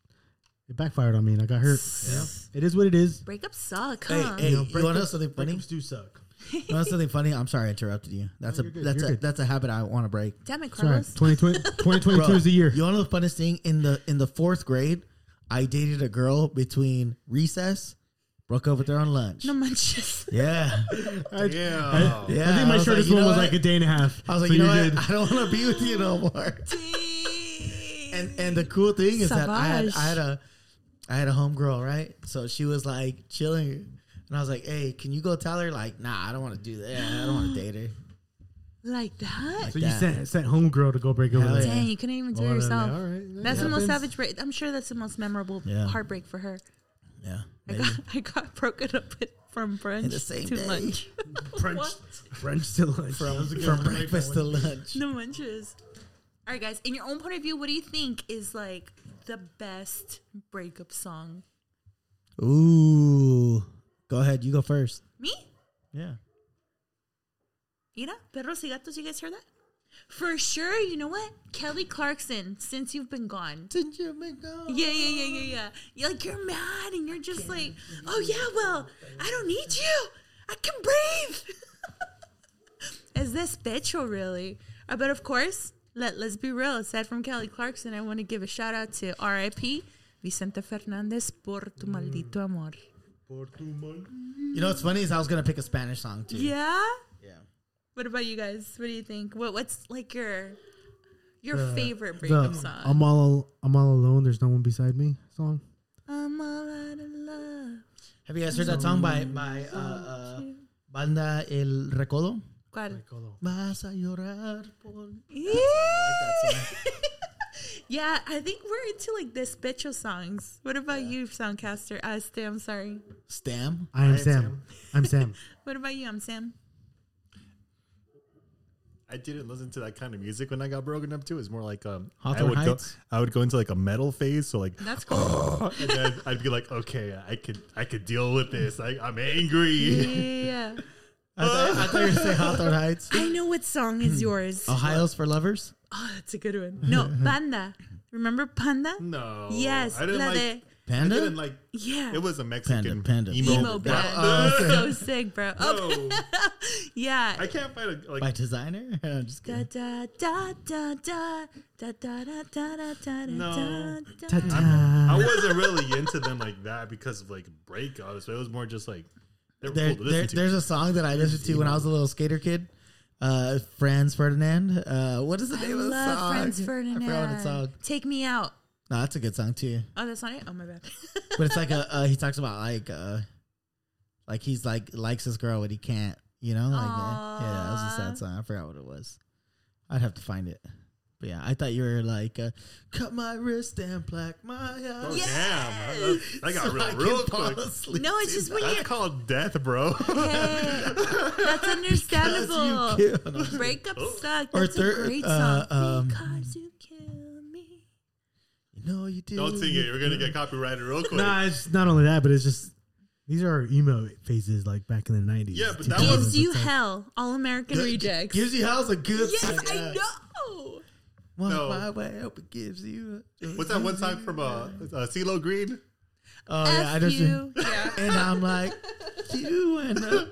Speaker 3: it backfired on me, and I got hurt. You know? It is what it is.
Speaker 2: Breakup suck,
Speaker 1: Hey,
Speaker 2: huh?
Speaker 1: hey,
Speaker 3: You know,
Speaker 1: you, want to know something funny?
Speaker 3: Breakups do suck.
Speaker 1: You want something funny? I'm sorry I interrupted you. That's a
Speaker 3: you're good,
Speaker 1: that's
Speaker 3: you're
Speaker 1: a
Speaker 3: good.
Speaker 1: that's a habit I want to break.
Speaker 2: Damn it,
Speaker 3: It's all right.
Speaker 2: Carlos.
Speaker 3: 2020, 2022 is the year.
Speaker 1: You want to know the funnest thing in the in the fourth grade? I dated a girl between recess, broke up with her on lunch.
Speaker 2: No manches.
Speaker 1: Yeah, Oh.
Speaker 4: Yeah.
Speaker 1: yeah.
Speaker 3: I think my
Speaker 1: was
Speaker 3: shortest
Speaker 1: like, you
Speaker 3: one
Speaker 1: know
Speaker 3: was
Speaker 1: what?
Speaker 3: like a day and a half.
Speaker 1: I was like,
Speaker 3: So
Speaker 1: you know
Speaker 3: did.
Speaker 1: what? I don't want to be with you no more. And and the cool thing is that I had
Speaker 2: Savage.
Speaker 1: I had a I had a homegirl, right? So she was like chilling, and I was like, "Hey, can you go tell her?" Like, "Nah, I don't want to do that. I don't want to date her."
Speaker 2: like that?
Speaker 3: So you
Speaker 1: that.
Speaker 3: sent sent homegirl to go break over.
Speaker 1: Hell
Speaker 3: with
Speaker 1: yeah.
Speaker 3: her.
Speaker 2: Dang, you couldn't even do
Speaker 3: Well,
Speaker 2: it
Speaker 3: then,
Speaker 2: yourself.
Speaker 3: all right, that
Speaker 2: That's the most
Speaker 3: happens.
Speaker 2: savage break. I'm sure that's the most memorable
Speaker 1: Yeah.
Speaker 2: heartbroak for her.
Speaker 1: Yeah,
Speaker 2: I
Speaker 1: maybe.
Speaker 2: got, I got broken up with from brunch
Speaker 1: the same
Speaker 2: to
Speaker 1: day.
Speaker 2: lunch.
Speaker 3: brunch, brunch to lunch.
Speaker 1: from from breakfast to lunch.
Speaker 2: No munches. All right, guys. In your own point of view, what do you think is like the best breakup song?
Speaker 1: Ooh, go ahead. You go first.
Speaker 2: Me?
Speaker 1: Yeah.
Speaker 2: Ira? Perros y gatos. You guys heard that? For sure. You know what? Kelly Clarkson. Since you've been gone.
Speaker 1: Did you make up?
Speaker 2: Yeah, yeah, yeah, yeah, yeah. You're like you're mad, and you're just like, oh yeah, well, I don't need you. I can breathe. Is this bitch really? Uh, but of course, let let's be real. Aside from Kelly Clarkson, I want to give a shout out to R.I.P. Vicente Fernandez por tu maldito amor.
Speaker 1: You know what's funny is I was gonna pick a Spanish song too.
Speaker 2: Yeah.
Speaker 1: Yeah.
Speaker 2: What about you guys? What do you think? What what's like your your favorite
Speaker 3: the um
Speaker 2: breakup song?
Speaker 3: I'm all I'm all alone. There's no one beside me song.
Speaker 2: I'm all out of love.
Speaker 1: Have you guys heard that song by by uh, uh, banda El Recodo?
Speaker 2: ¿Cuál?
Speaker 1: Vas a llorar por.
Speaker 2: yeah, I think we're into like this bitcho songs. What about you, Soundcaster? I stay, I'm sorry.
Speaker 1: Stam.
Speaker 3: I am Sam. I'm Sam.
Speaker 2: What about you? I'm Sam.
Speaker 4: I didn't listen to that kind of music when I got broken up too. It's more like um, I
Speaker 1: Hawthorne
Speaker 4: would
Speaker 1: Heights?
Speaker 4: go, I would go into like a metal phase. So like,
Speaker 2: That's cool.
Speaker 4: and then I'd be like, okay, I could, I could deal with this. I, I'm
Speaker 2: yeah,
Speaker 4: angry.
Speaker 2: yeah, yeah.
Speaker 1: I thought, I thought you were saying Hawthorne Heights.
Speaker 2: I know what song
Speaker 4: Hmm.
Speaker 2: is yours.
Speaker 4: Oh.
Speaker 1: Ohio's for lovers.
Speaker 2: Oh, that's a good one. No, Panda. Remember Panda?
Speaker 4: No.
Speaker 2: Yes,
Speaker 4: I didn't
Speaker 2: la
Speaker 4: like.
Speaker 2: de-
Speaker 1: Panda?
Speaker 4: I didn't like.
Speaker 2: Yeah.
Speaker 4: It was a Mexican
Speaker 1: Panda.
Speaker 4: emo,
Speaker 2: Emo
Speaker 4: rap.
Speaker 2: band.
Speaker 1: Uh,
Speaker 2: so sick, bro. Oh,
Speaker 4: No,
Speaker 2: yeah.
Speaker 4: I can't find a like.
Speaker 1: By designer. I'm just
Speaker 2: Da
Speaker 1: kidding.
Speaker 2: da da da da da da da da da da da
Speaker 4: No.
Speaker 2: da.
Speaker 4: I wasn't really into them like that because of like breakups. It was more just like they were
Speaker 1: There,
Speaker 4: cool to listen
Speaker 1: there,
Speaker 4: to.
Speaker 1: there's a song that I listened to when I was a little skater kid. Uh, Franz Ferdinand. Uh, what is the
Speaker 2: I
Speaker 1: name of the song?
Speaker 2: love Franz
Speaker 1: I forgot what it's
Speaker 2: Ferdinand.
Speaker 1: called.
Speaker 2: Take me out.
Speaker 1: No, that's a good song too.
Speaker 2: Oh, that's not it. Oh my bad.
Speaker 1: but it's like a uh, he talks about like uh like he's like likes this girl but he can't you know like uh, yeah, yeah that was a
Speaker 2: Aw.
Speaker 1: sad song i forgot what it was i'd have to find it but yeah i thought you were like uh, cut my wrist and plaque my eye
Speaker 4: Oh,
Speaker 2: Yes!
Speaker 4: Damn, I, I got
Speaker 1: so I
Speaker 4: real,
Speaker 1: can
Speaker 4: real
Speaker 1: fall
Speaker 4: quick.
Speaker 1: asleep
Speaker 2: no, it's just when
Speaker 4: That's
Speaker 2: you're.
Speaker 4: called death, bro.
Speaker 2: Hey, that's understandable.
Speaker 1: because you killed- no,
Speaker 2: Breakup
Speaker 4: Oh.
Speaker 2: suck.
Speaker 1: Or
Speaker 2: That's
Speaker 1: third,
Speaker 2: a great
Speaker 1: uh,
Speaker 2: song.
Speaker 1: um,
Speaker 2: because you kill me.
Speaker 1: you know you did
Speaker 4: Don't sing it. You're gonna get copyrighted real quick.
Speaker 3: nah, it's not only that, but it's just these are our emo phases like back in the nineties.
Speaker 4: Yeah, but that was-
Speaker 2: Gives you hell. All American rejects.
Speaker 1: gives you hell's a good
Speaker 2: yes,
Speaker 1: song.
Speaker 2: I know.
Speaker 1: Walk
Speaker 4: No.
Speaker 1: my way up it gives you
Speaker 4: What's that one song from uh, uh CeeLo Green?
Speaker 1: oh
Speaker 2: F
Speaker 1: yeah i just
Speaker 2: you. Yeah,
Speaker 1: and i'm like you and uh,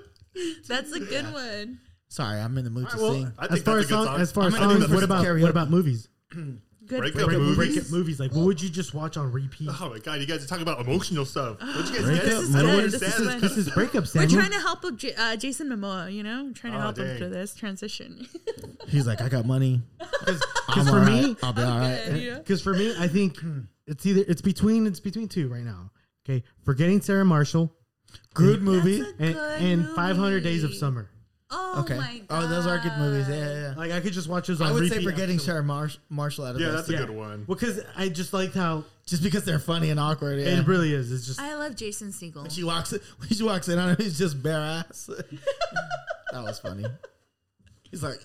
Speaker 2: that's a good one.
Speaker 1: sorry i'm in the mood to sing
Speaker 4: I
Speaker 3: as
Speaker 4: think
Speaker 3: far as
Speaker 4: that's a good
Speaker 3: song,
Speaker 4: song.
Speaker 3: as far as
Speaker 4: I'm gonna do
Speaker 3: songs,
Speaker 4: the
Speaker 3: what
Speaker 4: first
Speaker 3: about
Speaker 1: karaoke.
Speaker 3: what about movies?
Speaker 2: Good
Speaker 4: breakup
Speaker 2: breakup
Speaker 4: movies.
Speaker 3: Break it movies. Like, what would you just watch on repeat?
Speaker 4: Oh my god, you guys are talking about emotional stuff. Don't you guys
Speaker 1: Breakup
Speaker 4: get it?
Speaker 1: movies.
Speaker 4: I don't
Speaker 2: This is
Speaker 4: understand
Speaker 2: what-
Speaker 4: this.
Speaker 3: This is breakup,
Speaker 2: We're
Speaker 3: Samuel.
Speaker 2: trying to help with J- uh, Jason Momoa, you know, trying to
Speaker 4: Oh,
Speaker 2: help him
Speaker 4: dang.
Speaker 2: through this transition.
Speaker 1: He's like, I got money.
Speaker 3: Because for me,
Speaker 1: I'll be all right.
Speaker 2: you know?
Speaker 3: because for me, I think it's either it's between it's between two right now. Okay, forgetting Sarah Marshall
Speaker 1: Good movie.
Speaker 2: That's a-
Speaker 3: and,
Speaker 2: Good
Speaker 3: and 500 Days of
Speaker 2: movie.
Speaker 3: Summer.
Speaker 2: Oh
Speaker 1: okay.
Speaker 2: my god.
Speaker 1: Oh, those are good movies. Yeah, yeah. yeah.
Speaker 3: Like I could just watch those. On
Speaker 1: I would say
Speaker 3: repeat
Speaker 1: forgetting
Speaker 3: after-
Speaker 1: Sarah Marsh- Marshall out of
Speaker 4: Yeah,
Speaker 1: this.
Speaker 4: that's a good one.
Speaker 3: Well, because I just liked how
Speaker 1: just because they're funny and awkward. Yeah.
Speaker 3: it really is. It's just
Speaker 2: I love Jason Segel.
Speaker 1: she walks when she walks in on him, he's just bare ass. that was funny. He's like,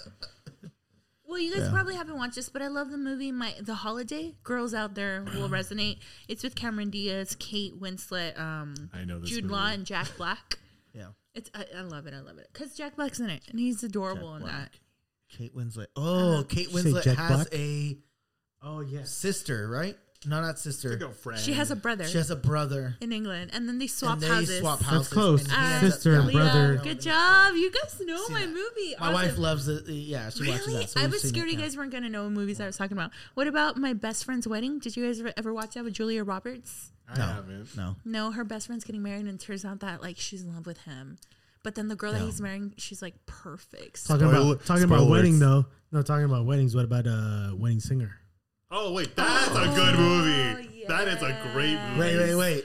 Speaker 2: Well, you guys
Speaker 1: Yeah.
Speaker 2: probably haven't watched this, but I love the movie My The Holiday. Girls out there will resonate. It's with Cameron Diaz, Kate Winslet, um,
Speaker 4: I know this
Speaker 2: Jude
Speaker 4: movie.
Speaker 2: Law, and Jack Black.
Speaker 1: yeah,
Speaker 2: It's I, I love it. I love it because Jack Black's in it, and he's adorable
Speaker 1: Jack
Speaker 2: in that.
Speaker 1: Black. Kate Winslet. Oh, Kate
Speaker 3: you say
Speaker 1: Winslet
Speaker 3: Jack
Speaker 1: has
Speaker 3: Black?
Speaker 1: a
Speaker 3: oh yes,
Speaker 1: sister, right? No, not sister.
Speaker 4: Pick up friend.
Speaker 2: She has a brother
Speaker 1: She has a brother.
Speaker 2: in England, and then they swap
Speaker 1: and they
Speaker 2: houses.
Speaker 1: swap
Speaker 3: That's
Speaker 1: houses.
Speaker 3: close.
Speaker 1: and he
Speaker 2: Uh,
Speaker 1: ends up-
Speaker 3: Sister and
Speaker 1: yeah.
Speaker 2: Leah,
Speaker 3: brother.
Speaker 2: Good job. You guys know my
Speaker 1: that.
Speaker 2: movie.
Speaker 1: My wife
Speaker 2: Awesome.
Speaker 1: loves it. Yeah, she watches
Speaker 2: Really?
Speaker 1: that. so
Speaker 2: I
Speaker 1: we've
Speaker 2: was
Speaker 1: seen it,
Speaker 2: scared you
Speaker 1: yeah.
Speaker 2: guys weren't going to know movies I was talking about. What about My Best Friend's Wedding? Did you guys ever, ever watch that with Julia Roberts?
Speaker 4: I haven't.
Speaker 1: No,
Speaker 2: No, her best friend's getting married, and it turns out that like she's in love with him. But then the girl that he's marrying, she's like perfect. So
Speaker 3: talking
Speaker 4: Spoiler-
Speaker 3: about talking about
Speaker 4: spoilers.
Speaker 3: wedding though. No, talking about weddings. What about uh wedding singer?
Speaker 4: Oh wait, that's a good movie. That is a great movie.
Speaker 1: wait, wait, wait.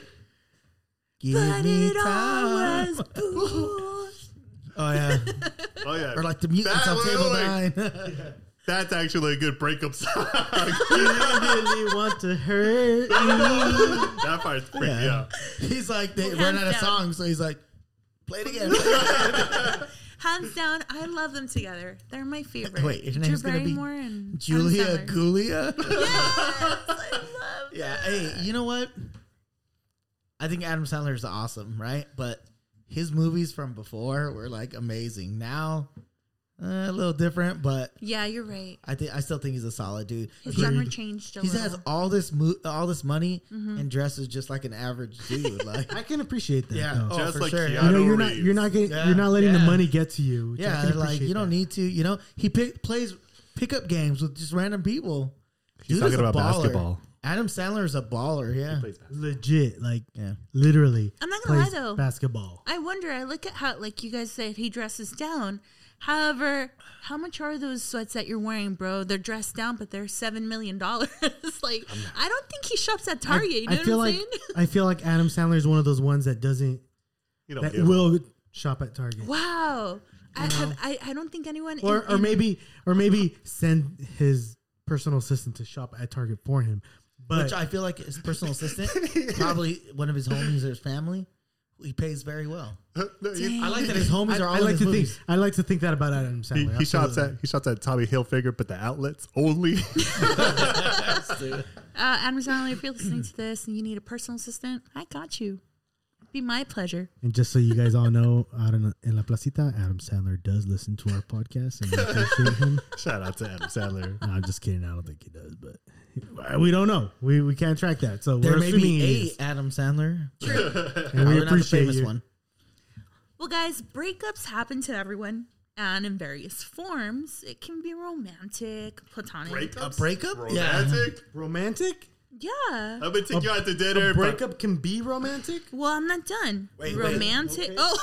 Speaker 1: Give
Speaker 2: but
Speaker 1: me
Speaker 2: it all
Speaker 1: time.
Speaker 2: was bullshit.
Speaker 1: Oh yeah,
Speaker 4: Oh yeah,
Speaker 1: or like the mutants
Speaker 4: That-
Speaker 1: on
Speaker 4: wait,
Speaker 1: table
Speaker 4: wait, wait.
Speaker 1: nine.
Speaker 4: That's actually a good breakup song.
Speaker 3: you really want to hurt
Speaker 4: that part's pretty.
Speaker 1: Yeah.
Speaker 4: Yeah.
Speaker 1: He's like, they
Speaker 2: Hands
Speaker 1: ran out of
Speaker 2: down.
Speaker 1: songs, so he's like, play it again.
Speaker 2: Hands down, I love them together. They're my favorite.
Speaker 1: Wait, her
Speaker 2: Drew
Speaker 1: name's gonna be
Speaker 2: Barrymore and Adam
Speaker 1: Julia
Speaker 2: Sandler.
Speaker 1: Gulia.
Speaker 2: Yes, I love.
Speaker 1: yeah. Hey, you know what? I think Adam Sandler is awesome, right? But his movies from before were like amazing. Now, uh, a little different, but
Speaker 2: Yeah, you're right.
Speaker 1: I think I still think he's a solid dude.
Speaker 2: His
Speaker 1: He-
Speaker 2: genre changed a
Speaker 1: he
Speaker 2: little.
Speaker 1: has all this mo- all this money and dresses just like an average dude. Like,
Speaker 3: I can appreciate that.
Speaker 1: yeah,
Speaker 3: though.
Speaker 1: oh,
Speaker 4: Just
Speaker 1: for
Speaker 4: like
Speaker 1: sure.
Speaker 4: Keanu
Speaker 3: I know
Speaker 4: Keanu
Speaker 3: you're not
Speaker 4: Reeves.
Speaker 3: you're not getting
Speaker 1: Yeah,
Speaker 3: you're not letting
Speaker 1: yeah.
Speaker 3: the money get to you. which I
Speaker 1: Yeah,
Speaker 3: can
Speaker 1: they're like
Speaker 3: appreciate
Speaker 1: you don't
Speaker 3: that.
Speaker 1: need to. You know, he pick, plays pickup games with just random people. He's
Speaker 4: talking about basketball.
Speaker 1: Adam Sandler is a baller. Yeah,
Speaker 3: legit like
Speaker 1: yeah.
Speaker 3: literally.
Speaker 2: I'm not gonna lie,
Speaker 3: plays
Speaker 2: though.
Speaker 3: Basketball.
Speaker 2: I wonder. I look at how, like you guys said, he dresses down. However, how much are those sweats that you're wearing, bro? They're dressed down, but they're seven million dollars. like, I don't think he shops at Target. you know
Speaker 3: I feel
Speaker 2: what I'm
Speaker 3: like
Speaker 2: saying?
Speaker 3: I feel like Adam Sandler is one of those ones that doesn't
Speaker 4: You don't
Speaker 3: that
Speaker 4: give
Speaker 3: will shop at Target.
Speaker 2: Wow. I, have, I I don't think anyone in-
Speaker 3: Or or
Speaker 2: in-
Speaker 3: maybe or maybe send his personal assistant to shop at Target for him. But
Speaker 1: Which I feel like his personal assistant, probably one of his homies or his family, he pays very well.
Speaker 4: a- No, you-
Speaker 1: I like that his
Speaker 3: I,
Speaker 1: homies are all
Speaker 3: I
Speaker 1: in
Speaker 3: like
Speaker 1: his
Speaker 3: to
Speaker 1: movies.
Speaker 3: think I like to think that about Adam Sandler.
Speaker 4: He, he shops
Speaker 3: absolutely.
Speaker 4: at he shops at Tommy Hilfiger, but the outlets only.
Speaker 2: uh, Adam Sandler, if you're listening to this and you need a personal assistant, I got you. It'd be my pleasure.
Speaker 3: And just so you guys all know, out in, in La Placita, Adam Sandler does listen to our podcast, and we appreciate him.
Speaker 4: Shout out to Adam Sandler.
Speaker 3: No, I'm just kidding. I don't think he does, but we don't know. We we can't track that. So
Speaker 1: There
Speaker 3: we're
Speaker 1: may
Speaker 3: assuming
Speaker 1: be
Speaker 3: he
Speaker 1: eight
Speaker 3: is.
Speaker 1: Adam Sandler.
Speaker 3: and we
Speaker 1: Probably not the
Speaker 3: appreciate
Speaker 1: famous
Speaker 3: you.
Speaker 1: one.
Speaker 2: Well, guys, breakups happen to everyone and in various forms. It can be romantic, platonic.
Speaker 4: Breakups?
Speaker 1: A breakup? Yeah.
Speaker 4: Romantic?
Speaker 3: Romantic?
Speaker 2: Yeah.
Speaker 4: I'm gonna take you out to dinner.
Speaker 3: A
Speaker 4: but
Speaker 3: breakup can be romantic.
Speaker 2: Well, I'm not done.
Speaker 1: Wait, wait.
Speaker 2: Romantic. Oh.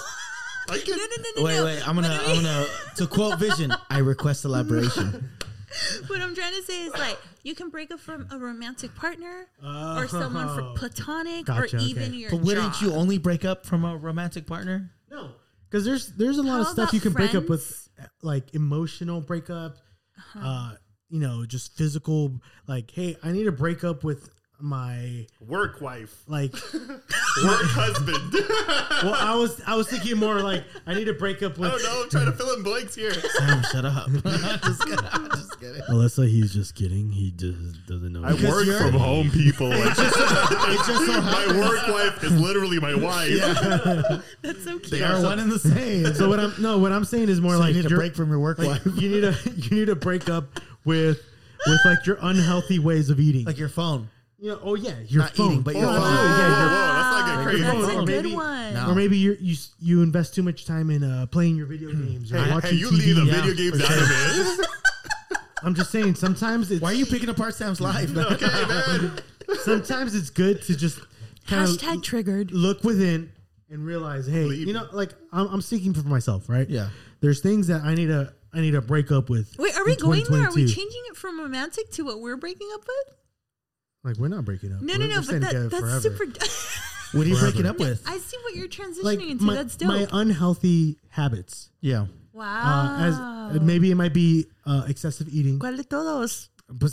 Speaker 4: I
Speaker 2: no,
Speaker 4: can-
Speaker 2: no, no, no,
Speaker 1: Wait,
Speaker 2: no.
Speaker 1: wait. I'm gonna, I'm gonna. To quote Vision, I request elaboration.
Speaker 2: What I'm trying to say is like you can break up from a romantic partner or someone
Speaker 3: Oh.
Speaker 2: for platonic
Speaker 3: Gotcha,
Speaker 2: or
Speaker 3: okay.
Speaker 2: even your
Speaker 1: Uh-huh. But wouldn't
Speaker 2: job.
Speaker 1: you only break up from a romantic partner?
Speaker 3: No, because there's there's a lot of
Speaker 2: How
Speaker 3: stuff
Speaker 2: about
Speaker 3: you can break up with, uh, like emotional breakup.
Speaker 2: Uh-huh.
Speaker 3: uh you know, just physical. Like, hey, I need to break up with my
Speaker 4: Work wife.
Speaker 3: like.
Speaker 4: Work husband.
Speaker 3: well, I was I was thinking more like I need to break up
Speaker 4: I
Speaker 3: with
Speaker 4: don't
Speaker 1: Oh,
Speaker 4: know. I'm trying to fill in blanks here.
Speaker 1: Sam, shut up. just kidding. Just kidding.
Speaker 3: Alyssa, he's just kidding. He just doesn't know.
Speaker 4: I work
Speaker 1: you're-
Speaker 4: from home, people. Like,
Speaker 1: It just so
Speaker 4: my
Speaker 1: happens
Speaker 4: work wife is literally my wife.
Speaker 2: That's so cute.
Speaker 1: they are one and the same.
Speaker 3: so what I'm no, what I'm saying is more
Speaker 1: So
Speaker 3: like
Speaker 1: you need a
Speaker 3: you're-
Speaker 1: break from your work
Speaker 3: like,
Speaker 1: life,
Speaker 3: you need to you need to break up with with like your unhealthy ways of eating.
Speaker 1: like your phone.
Speaker 3: you know, oh yeah, your
Speaker 1: Not
Speaker 3: phone,
Speaker 1: eating, but
Speaker 3: Oh,
Speaker 1: your phone.
Speaker 3: absolutely, yeah, your-
Speaker 4: Whoa, let's not get crazy.
Speaker 2: That's a
Speaker 3: Or
Speaker 2: good
Speaker 3: maybe-
Speaker 2: one.
Speaker 1: No.
Speaker 3: Or maybe you you s- you invest too much time in uh, playing your video games or
Speaker 4: Hey,
Speaker 3: watching
Speaker 4: you
Speaker 3: TV.
Speaker 4: leave the
Speaker 1: Yeah,
Speaker 4: video games
Speaker 1: for
Speaker 4: out of it.
Speaker 3: I'm just saying. Sometimes it's
Speaker 1: Why are you picking apart Sam's life, man?
Speaker 4: Okay, man.
Speaker 3: sometimes it's good to just kind of
Speaker 2: Hashtag triggered.
Speaker 3: look within and realize, hey,
Speaker 4: Leave
Speaker 3: you know, like I'm, I'm seeking for myself, right?
Speaker 1: Yeah.
Speaker 3: There's things that I need to I need to break up with.
Speaker 2: Wait, are
Speaker 3: in
Speaker 2: we going there? Are we
Speaker 3: 2022.
Speaker 2: changing it from romantic to what we're breaking up with?
Speaker 3: Like we're not breaking up.
Speaker 2: No,
Speaker 3: We're-
Speaker 2: no,
Speaker 3: we're
Speaker 2: no. But
Speaker 3: staying together
Speaker 2: that, that's
Speaker 3: forever.
Speaker 2: super.
Speaker 1: What are you
Speaker 3: Forever.
Speaker 1: breaking up with?
Speaker 2: I see what you're transitioning
Speaker 3: Like
Speaker 2: into.
Speaker 3: my,
Speaker 2: That's dope.
Speaker 3: my unhealthy habits.
Speaker 1: Yeah.
Speaker 2: wow.
Speaker 3: Uh, as maybe it might be uh, excessive eating.
Speaker 2: ¿Cuál de todos?
Speaker 3: But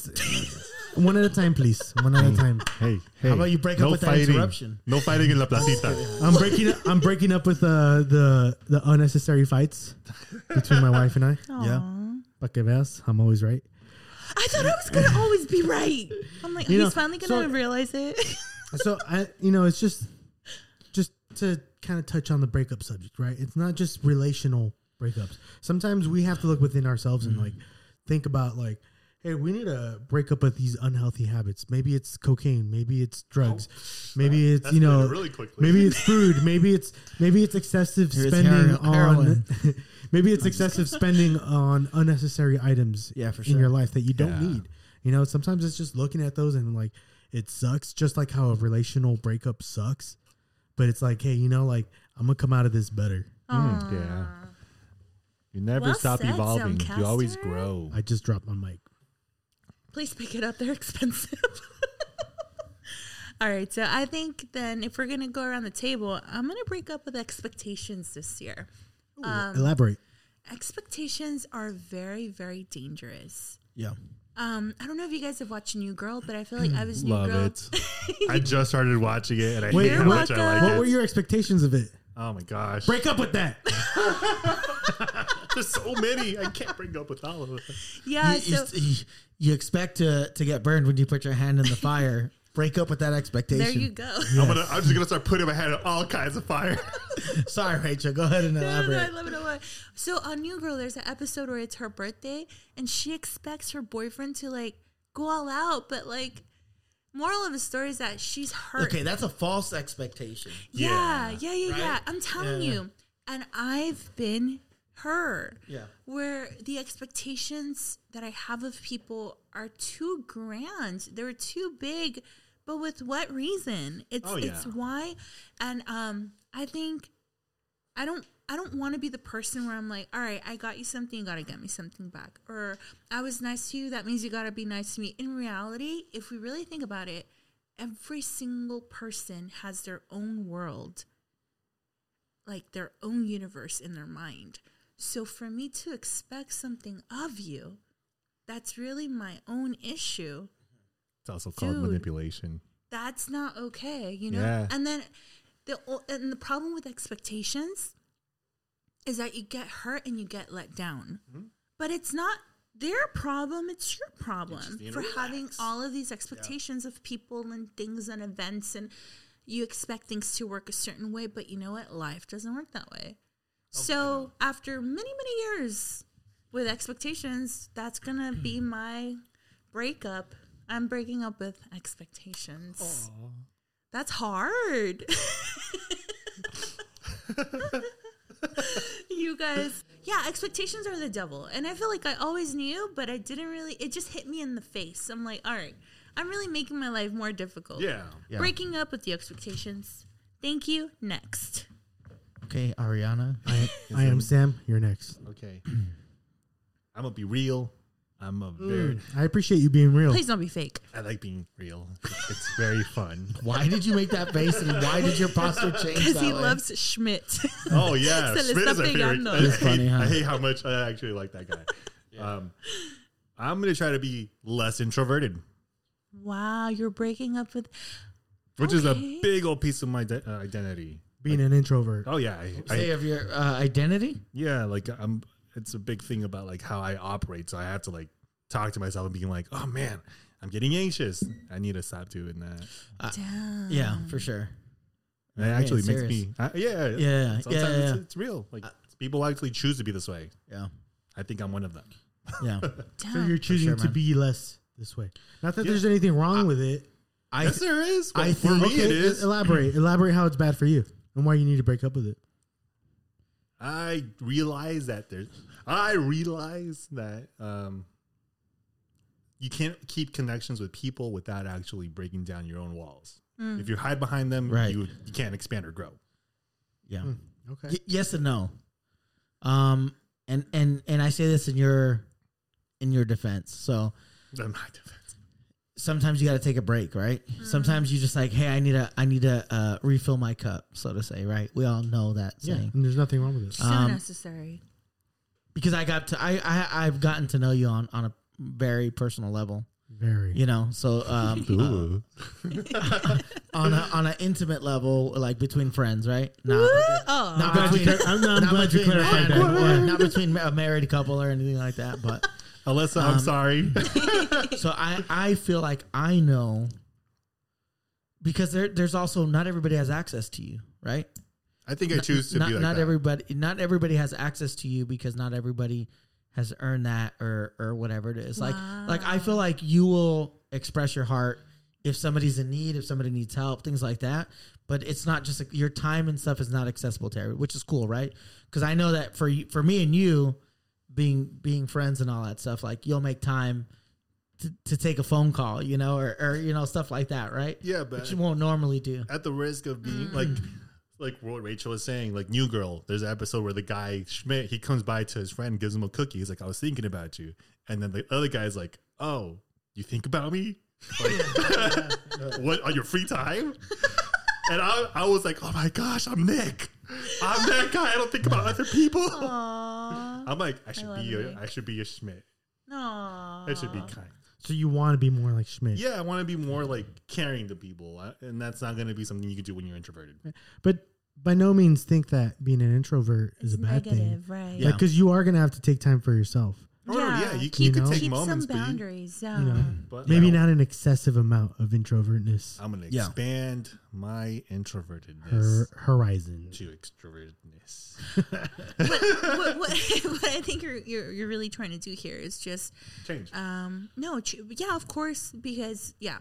Speaker 3: one at a time, please. One at a time.
Speaker 4: Hey, hey.
Speaker 1: How about you break up with that interruption?
Speaker 4: No fighting in La Placita.
Speaker 3: I'm breaking. I'm breaking up with uh, the the unnecessary fights between my wife and I.
Speaker 1: Yeah.
Speaker 3: Pa que veas, I'm always right.
Speaker 2: I thought I was gonna always be right. I'm like,
Speaker 3: You
Speaker 2: he's
Speaker 3: know,
Speaker 2: finally gonna
Speaker 3: so-
Speaker 2: realize it.
Speaker 3: So I, you know, it's just just to kind of touch on the breakup subject, right? It's not just relational breakups. Sometimes we have to look within ourselves and like
Speaker 4: Mm-hmm.
Speaker 3: think about like, hey, we need to break up with these unhealthy habits. Maybe it's cocaine. Maybe it's drugs. maybe it's
Speaker 4: Oh, That's
Speaker 3: you know
Speaker 4: moving really quickly.
Speaker 3: Maybe it's food. Maybe it's maybe it's excessive
Speaker 1: Here's
Speaker 3: spending
Speaker 1: heroin- heroin.
Speaker 3: on. maybe it's excessive spending on unnecessary items.
Speaker 1: Yeah, for
Speaker 3: in
Speaker 1: sure.
Speaker 3: your life that you don't
Speaker 4: Yeah.
Speaker 3: need. You know, sometimes it's just looking at those and like it sucks, just like how a relational breakup sucks. But it's like, hey, you know, like I'm gonna come out of this better.
Speaker 4: Mm, yeah. You never
Speaker 2: Well
Speaker 4: stop
Speaker 2: said,
Speaker 4: evolving. You always
Speaker 2: Soundcaster.
Speaker 4: grow.
Speaker 3: I just dropped my mic.
Speaker 2: Please pick it up. They're expensive. All right. So I think then if we're gonna go around the table, I'm gonna break up with expectations this year.
Speaker 3: Elaborate.
Speaker 2: Expectations are very, very dangerous.
Speaker 1: Yeah.
Speaker 2: Um, I don't know if you guys have watched New Girl, but I feel like I was New
Speaker 4: Love
Speaker 2: Girl.
Speaker 4: it. I just started watching it and I
Speaker 3: Wait,
Speaker 4: hate how
Speaker 3: what-
Speaker 4: much I
Speaker 3: What
Speaker 4: like
Speaker 3: were
Speaker 4: it.
Speaker 3: your expectations of it?
Speaker 4: Oh my gosh.
Speaker 3: Break up with that.
Speaker 4: There's so many. I can't bring up with all of them.
Speaker 2: Yeah.
Speaker 1: you,
Speaker 2: so
Speaker 1: you, you expect to, to get burned when you put your hand in the fire. break up with that expectation.
Speaker 2: there you go.
Speaker 4: I'm, gonna, I'm just going to start putting my hand on all kinds of fire.
Speaker 1: Sorry, Rachel. Go ahead and
Speaker 2: No, no, no, I
Speaker 1: elaborate.
Speaker 2: love it a lot. So on New Girl, there's an episode where it's her birthday, and she expects her boyfriend to like go all out, but like, moral of the story is that she's hurt.
Speaker 1: Okay, that's a false expectation.
Speaker 2: yeah, yeah, yeah, yeah.
Speaker 1: right?
Speaker 2: I'm telling
Speaker 1: Yeah.
Speaker 2: you, and I've been her.
Speaker 1: Yeah.
Speaker 2: where the expectations that I have of people are too grand. They're too big, but with what reason? It's
Speaker 4: Oh,
Speaker 2: it's
Speaker 4: yeah.
Speaker 2: why, and um, I think I don't I don't want to be the person where I'm like, all right, I got you something, you gotta get me something back, or I was nice to you, that means you gotta be nice to me. In reality, if we really think about it, every single person has their own world like their own universe in their mind. So for me to expect something of you, that's really my own issue.
Speaker 4: It's also called
Speaker 2: Dude.
Speaker 4: manipulation.
Speaker 2: That's not okay, you know?
Speaker 4: Yeah.
Speaker 2: And then the o- and the problem with expectations is that you get hurt and you get let down. But it's not their problem, it's your problem
Speaker 4: need to
Speaker 2: for having
Speaker 4: relax.
Speaker 2: all of these expectations of people and things and events and you expect things to work a certain way, but you know what? Life doesn't work that way. So after many, many years with expectations, that's gonna be my breakup. I'm breaking up with expectations. That's hard. you guys, yeah, expectations are the devil. And I feel like I always knew, but I didn't really, it just hit me in the face. I'm like, all right, I'm really making my life more difficult.
Speaker 4: Yeah.
Speaker 1: Yeah.
Speaker 2: Breaking up with the expectations. Thank you. Next.
Speaker 1: Okay, Ariana.
Speaker 3: I, I am Sam. You're next.
Speaker 4: Okay. I'm going to be real. I'm a very.
Speaker 3: I appreciate you being real.
Speaker 2: Please don't be fake.
Speaker 4: I like being real. It's very fun.
Speaker 1: Why did you make that face and why did your posture change?
Speaker 2: Because
Speaker 1: that
Speaker 2: he
Speaker 1: way?
Speaker 2: loves Schmidt.
Speaker 4: Oh yeah,
Speaker 2: Se le
Speaker 4: Schmidt
Speaker 2: está
Speaker 4: is my favorite.
Speaker 2: pegando.
Speaker 4: I,
Speaker 1: He's
Speaker 4: hate,
Speaker 1: funny, huh?
Speaker 4: I hate how much I actually like that guy. um, I'm gonna try to be less introverted,
Speaker 2: wow, you're breaking up with.
Speaker 4: which is a
Speaker 2: Okay.
Speaker 4: big old piece of my de- uh, identity.
Speaker 3: being an introvert.
Speaker 4: Oh yeah, I,
Speaker 1: Say
Speaker 4: I,
Speaker 1: of your uh, identity.
Speaker 4: yeah. Like I'm. It's a big thing about like how I operate. So I have to like talk to myself and being like, oh man, I'm getting anxious. I need to stop doing that.
Speaker 2: Damn.
Speaker 1: Yeah, for sure.
Speaker 4: And it actually
Speaker 1: it's
Speaker 4: makes
Speaker 1: serious.
Speaker 4: me. I, yeah,
Speaker 1: Yeah,
Speaker 4: Sometimes
Speaker 1: yeah, yeah.
Speaker 4: It's, it's real. Like people actually choose to be this way.
Speaker 1: Yeah,
Speaker 4: I think I'm one of them.
Speaker 1: yeah.
Speaker 2: Damn.
Speaker 3: So you're choosing
Speaker 1: sure, Uh,
Speaker 3: to
Speaker 1: man.
Speaker 3: be less this way. Not that
Speaker 4: Yeah.
Speaker 3: there's anything wrong with it.
Speaker 1: I
Speaker 4: yes, there is.
Speaker 1: I
Speaker 4: Well, for
Speaker 1: think-
Speaker 4: me,
Speaker 1: okay,
Speaker 4: it is.
Speaker 3: Elaborate. Elaborate how it's bad for you and why you need to break up with it.
Speaker 4: I realize that there's I realize that um you can't keep connections with people without actually breaking down your own walls. If you hide behind them,
Speaker 1: Right.
Speaker 4: you, you can't expand or grow.
Speaker 1: Yeah.
Speaker 4: Mm.
Speaker 3: Okay.
Speaker 1: Y- yes and no. Um and and and I say this in your in your defense. So
Speaker 4: That's my defense.
Speaker 1: sometimes you got to take a break, right? Sometimes you just like, hey, I need to I need to uh, refill my cup, so to say, right? We all know that
Speaker 3: Yeah.
Speaker 1: saying.
Speaker 3: And there's nothing wrong with this.
Speaker 2: So
Speaker 1: Um,
Speaker 2: necessary.
Speaker 1: Because I got to I, I I've gotten to know you on on a very personal level,
Speaker 3: Very.
Speaker 1: you know. So um uh, on a, on an intimate level, like between friends, right? Not
Speaker 2: Oh,
Speaker 1: not
Speaker 3: glad you
Speaker 1: between
Speaker 3: clar- I'm- I'm
Speaker 1: not
Speaker 3: glad you
Speaker 1: between
Speaker 3: clarified
Speaker 1: man-
Speaker 3: that.
Speaker 1: not between a married couple or anything like that, but.
Speaker 4: Uh, Alyssa, I'm sorry.
Speaker 1: so I I feel like I know because there there's also not everybody has access to you, right?
Speaker 4: I think I choose to
Speaker 1: not
Speaker 4: be like
Speaker 1: not
Speaker 4: that.
Speaker 1: everybody not everybody has access to you because not everybody has earned that or or whatever it is. Like like I feel like you will express your heart if somebody's in need, if somebody needs help, things like that. But it's not just like your time and stuff is not accessible to everybody, which is cool, right? Because I know that for you, for me and you, being being friends and all that stuff, like you'll make time to, to take a phone call, you know, or, or you know stuff like that, right?
Speaker 4: Yeah, but-
Speaker 1: which you won't normally do.
Speaker 4: at the risk of being like like what Rachel was saying, like New Girl, there's an episode where the guy Schmidt he comes by to his friend, and gives him a cookie. He's like, I was thinking about you. And then the other guy's like, Oh, you think about me? Like, what on your free time? And I, I was like, Oh my gosh, I'm Nick. I'm that guy. I don't think about other people.
Speaker 2: Aw.
Speaker 4: I'm like, I should
Speaker 2: love
Speaker 4: be a,
Speaker 2: Nick.
Speaker 4: I should be a Schmidt.
Speaker 2: Aw.
Speaker 4: I should be kind.
Speaker 3: So you want to be more like Schmidt.
Speaker 4: Yeah, I want to be more like caring to people, I- and that's not going to be something you can do when you're introverted.
Speaker 3: But by no means think that being an introvert is
Speaker 2: It's
Speaker 3: a bad thing.
Speaker 2: negative, right?
Speaker 1: Yeah.
Speaker 3: Like, because you are going to have to take time for yourself.
Speaker 4: Oh, yeah,
Speaker 2: Yeah.
Speaker 4: you, you
Speaker 3: You
Speaker 4: can
Speaker 3: know?
Speaker 4: take
Speaker 2: Keep
Speaker 4: moments,
Speaker 2: some
Speaker 4: but you-
Speaker 2: boundaries. um, Yeah.
Speaker 1: Uh-huh.
Speaker 3: know.
Speaker 4: but
Speaker 3: Maybe
Speaker 4: I don't-
Speaker 3: not an excessive amount of introvertness.
Speaker 4: I'm gonna
Speaker 1: Yeah.
Speaker 4: expand my introvertedness
Speaker 3: Her horizon.
Speaker 4: to extrovertedness.
Speaker 2: what, what, what I think you're, you're you're really trying to do here is just
Speaker 4: Change.
Speaker 1: Ah,
Speaker 2: um no ch- yeah of course because yeah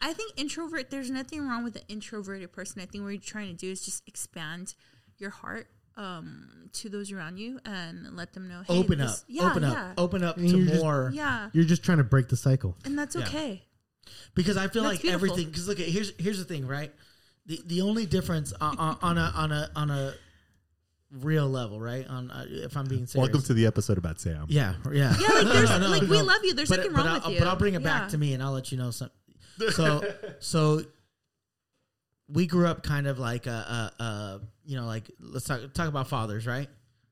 Speaker 2: I think introvert there's nothing wrong with the introverted person I think what you're trying to do is just expand your heart um to those around you and let them know hey,
Speaker 1: Open
Speaker 2: this-
Speaker 1: up,
Speaker 2: yeah
Speaker 1: open up,
Speaker 2: yeah
Speaker 1: open up
Speaker 3: And
Speaker 1: to
Speaker 3: you're just-
Speaker 1: more.
Speaker 2: yeah
Speaker 3: You're just trying to break the cycle.
Speaker 2: and that's
Speaker 1: Yeah.
Speaker 2: okay
Speaker 1: because I feel
Speaker 2: That's
Speaker 1: like
Speaker 2: beautiful.
Speaker 1: everything. Because look, at- here's here's the thing, right? The the only difference on, on a on a on a real level, right? On uh, if I'm being serious.
Speaker 4: to the episode about Sam.
Speaker 1: yeah, yeah,
Speaker 2: yeah like there's like we love you there's
Speaker 1: but,
Speaker 2: nothing
Speaker 1: but
Speaker 2: wrong
Speaker 1: I'll, uh,
Speaker 2: with you
Speaker 1: But I'll bring it back
Speaker 2: Yeah.
Speaker 1: to me, and I'll let you know something. So, so we grew up kind of like a, a, a you know, like let's talk talk about fathers, right?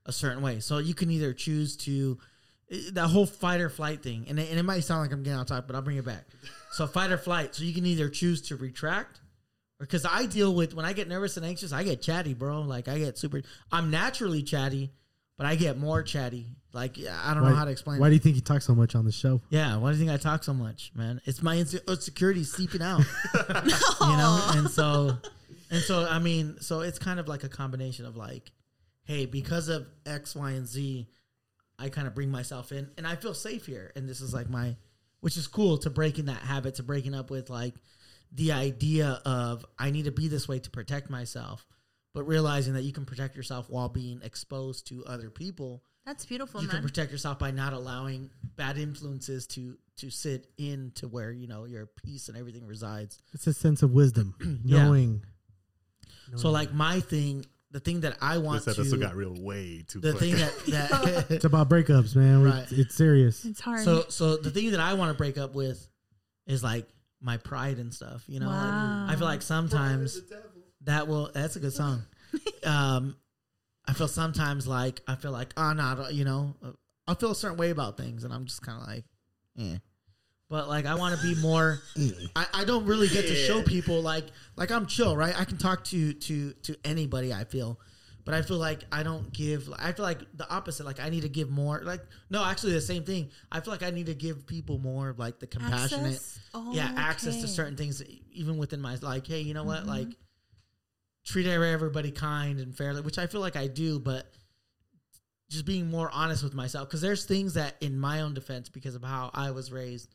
Speaker 1: A certain way. So you can either choose to eh, that whole fight or flight thing, and it, and it might sound like I'm getting out of topic, but I'll bring it back. So fight or flight. So you can either choose to retract. Because I deal with when I get nervous and anxious, I get chatty, bro. Like I get super. I'm naturally chatty, but I get more chatty. Like I don't know how to explain. it.
Speaker 3: Why do you think he talks so much on the show?
Speaker 1: Yeah, why do you think I talk so much, man? It's my inse- insecurity seeping out, you know. And so, and so, I mean, so it's kind of like a combination of like, hey, because of X, Y, and Z, I kind of bring myself in, and I feel safe here, and this is like my, which is cool to breaking that habit, to breaking up with like the idea of I need to be this way to protect myself, but realizing that you can protect yourself while being exposed to other people
Speaker 2: that's beautiful
Speaker 1: you can
Speaker 2: man
Speaker 1: protect yourself by not allowing bad influences to to sit in to where you know your peace and everything resides
Speaker 3: It's a sense of wisdom,
Speaker 1: Yeah.
Speaker 3: knowing.
Speaker 1: so like my thing the thing that i want
Speaker 4: This episode
Speaker 1: to
Speaker 4: got real way too.
Speaker 1: the
Speaker 4: quick.
Speaker 1: thing that, that
Speaker 3: It's about breakups, man. We-
Speaker 1: Right.
Speaker 3: It's serious.
Speaker 2: it's hard
Speaker 1: so so the thing that i want to break up with is like my pride and stuff you know Like,
Speaker 2: Wow.
Speaker 1: i feel like sometimes that will that's a good song um i feel sometimes like i feel like oh no you know i feel a certain way about things and i'm just kind of like yeah but like i want to be more I, I don't really get to show people like like i'm chill right i can talk to to to anybody i feel but i feel like i don't give i feel like the opposite like i need to give more like no actually the same thing i feel like i need to give people more of like the compassionate
Speaker 2: Access? Oh,
Speaker 1: yeah access to
Speaker 2: okay. Mm-hmm.
Speaker 1: certain things e, even within my like hey you know what like treat everybody kind and fairly which i feel like i do but just being more honest with myself because there's things that in my own defense because of how i was raised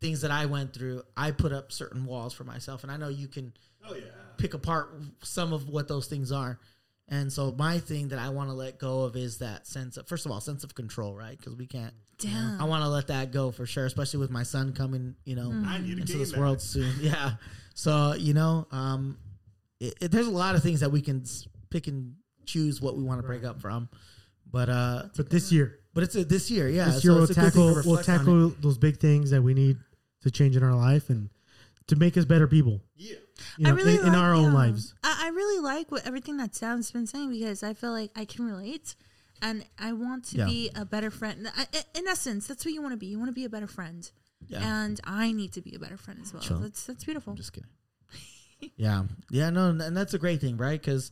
Speaker 1: things that i went through i put up certain walls for myself and i know you can
Speaker 4: Oh yeah.
Speaker 1: pick apart some of what those things are And so my thing that I want to let go of is that sense of first of all sense of control, right? Because we can't.
Speaker 2: Damn.
Speaker 1: I want to let that go for sure, especially with my son coming, you know,
Speaker 4: Mm. I need a
Speaker 1: into
Speaker 4: game
Speaker 1: this
Speaker 4: man.
Speaker 1: world soon. Yeah. So you know, um, it, it- there's a lot of things that we can s- pick and choose what we want to break up from, but uh,
Speaker 3: But this year,
Speaker 1: but it's a, this year, yeah.
Speaker 3: this year
Speaker 1: so
Speaker 3: we'll
Speaker 1: it's a good thing to
Speaker 3: tackle we'll
Speaker 1: reflect on it.
Speaker 3: tackle those big things that we need to change in our life and to make us better people.
Speaker 4: Yeah.
Speaker 3: You know, in, in
Speaker 2: like-
Speaker 3: our own
Speaker 2: yeah.
Speaker 3: lives.
Speaker 2: I, I really like what everything that Sam's been saying because I feel like I can relate, and I want to
Speaker 1: Yeah.
Speaker 2: be a better friend. I, I- in essence, that's what you want to be. You want to be a better friend,
Speaker 1: Yeah.
Speaker 2: and I need to be a better friend as well.
Speaker 1: Sure.
Speaker 2: That's that's beautiful.
Speaker 1: I'm just kidding. yeah, yeah, no, and that's a great thing, right? Because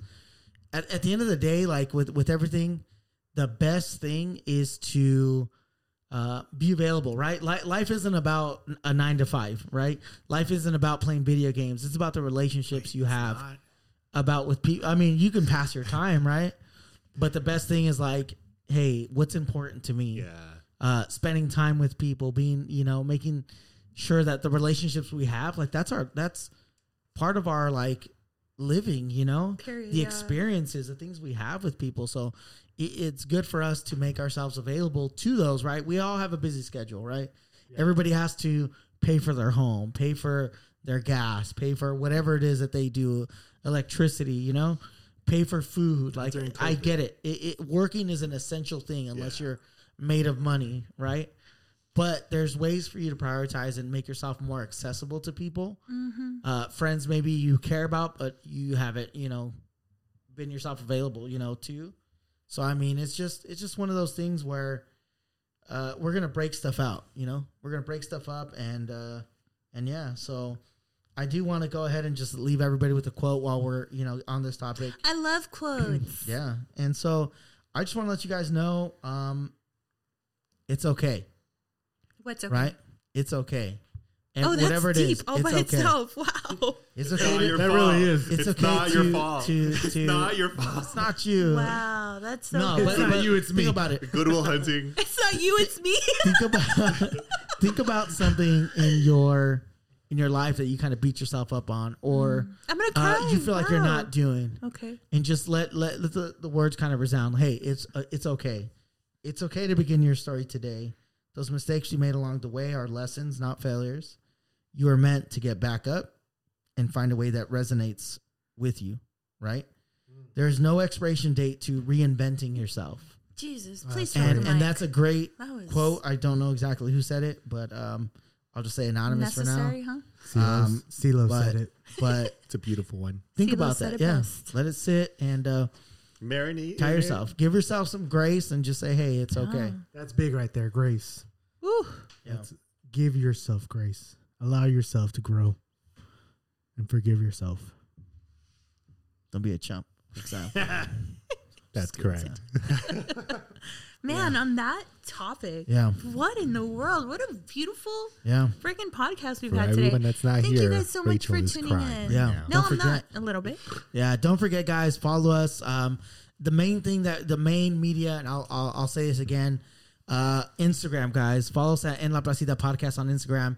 Speaker 1: at, at the end of the day, like with with everything, the best thing is to uh, be available, right? Li- life isn't about a nine to five, right? Life isn't about playing video games. It's about the relationships you have about with people. I mean, you can pass your time, right? But the best thing is like, hey, what's important to me?
Speaker 4: Yeah.
Speaker 1: uh, spending time with people, being you know, making sure that the relationships we have, like that's our that's part of our like living, you know,
Speaker 2: Period,
Speaker 1: the
Speaker 2: yeah.
Speaker 1: experiences, the things we have with people. So i it's good for us to make ourselves available to those. Right? We all have a busy schedule, right? Everybody has to pay for their home, pay for their gas, pay for whatever it is that they do, electricity, you know, pay for food. Like
Speaker 4: During
Speaker 1: I
Speaker 4: COVID.
Speaker 1: get it. it, it working is an essential thing unless you're made of money, right? But there's ways for you to prioritize and make yourself more accessible to people. Uh, friends, maybe you care about, but you haven't, you know, been yourself available, you know, to. So I mean, it's just it's just one of those things where uh, we're gonna break stuff out, you know, we're gonna break stuff up, and uh, and yeah, so. I do want to go ahead and just leave everybody with a quote while we're, you know, on this topic.
Speaker 2: I love quotes.
Speaker 1: Yeah. And so I just want to let you guys know um it's okay,
Speaker 2: What's okay?
Speaker 1: right? It's okay. And
Speaker 2: Oh, that's
Speaker 1: whatever it
Speaker 2: deep
Speaker 1: is,
Speaker 2: all
Speaker 1: it's
Speaker 2: by
Speaker 1: okay.
Speaker 2: itself. Wow.
Speaker 1: It's
Speaker 4: It's
Speaker 1: okay.
Speaker 4: not
Speaker 1: to-
Speaker 4: your
Speaker 3: that
Speaker 4: fault.
Speaker 3: really is.
Speaker 1: It's
Speaker 4: It's,
Speaker 1: okay
Speaker 4: not your
Speaker 1: to-
Speaker 4: fault.
Speaker 1: to-
Speaker 4: it's
Speaker 1: to-
Speaker 4: not your fault.
Speaker 1: it's not you.
Speaker 2: Wow, that's so.
Speaker 1: No,
Speaker 2: good.
Speaker 1: but,
Speaker 4: not
Speaker 1: but
Speaker 4: you, it's
Speaker 1: think
Speaker 4: me.
Speaker 1: about it.
Speaker 4: Goodwill hunting.
Speaker 2: it's not you. It's me.
Speaker 1: Think about think about something in your in your life that you kind of beat yourself up on or
Speaker 2: I'm gonna cry.
Speaker 1: uh, you feel like you're
Speaker 2: Mm. Wow.
Speaker 1: not doing.
Speaker 2: Okay.
Speaker 1: and just let let, let the, the words kind of resound. Hey, it's uh, it's okay. It's okay to begin your story today. Those mistakes you made along the way are lessons, not failures. You are meant to get back up and find a way that resonates with you, right? There is no expiration date to reinventing yourself.
Speaker 2: Jesus, please stop
Speaker 1: And
Speaker 2: the
Speaker 1: and
Speaker 2: mic.
Speaker 1: that's a great
Speaker 2: That was
Speaker 1: quote. I don't know exactly who said it, but um I'll just say anonymous for now.
Speaker 2: necessary, huh?
Speaker 1: Um,
Speaker 3: CeeLo
Speaker 1: But
Speaker 3: said it.
Speaker 1: but
Speaker 4: It's a beautiful one.
Speaker 1: think
Speaker 2: Tilo
Speaker 1: about
Speaker 2: said
Speaker 1: that.
Speaker 2: it
Speaker 1: Yeah.
Speaker 2: best.
Speaker 1: Let it sit and uh
Speaker 4: Marinate.
Speaker 1: Tie
Speaker 4: in it.
Speaker 1: yourself. Give yourself some grace and just say, hey, it's okay.
Speaker 3: That's big right there, grace.
Speaker 2: Woo.
Speaker 1: Yeah.
Speaker 3: That's, give yourself grace. Allow yourself to grow and forgive yourself.
Speaker 1: Don't be a chump. Exactly.
Speaker 4: That's correct.
Speaker 2: Man, on that topic,
Speaker 1: Yeah.
Speaker 2: what in the world? What a beautiful
Speaker 1: Yeah.
Speaker 2: freaking podcast we've
Speaker 4: For
Speaker 2: had
Speaker 4: everyone
Speaker 2: today.
Speaker 4: that's not
Speaker 2: Thank you
Speaker 4: here,
Speaker 2: guys so
Speaker 4: Rachel
Speaker 2: much
Speaker 4: is
Speaker 2: for tuning
Speaker 4: crying.
Speaker 2: in.
Speaker 1: Yeah.
Speaker 2: No,
Speaker 1: Don't
Speaker 2: I'm
Speaker 1: forget.
Speaker 2: not. A little bit.
Speaker 1: Yeah. Don't forget, guys, follow us. Um, the main thing that the main media, and I'll, I'll, I'll say this again uh, Instagram, guys. Follow us at En La Placida Podcast on Instagram.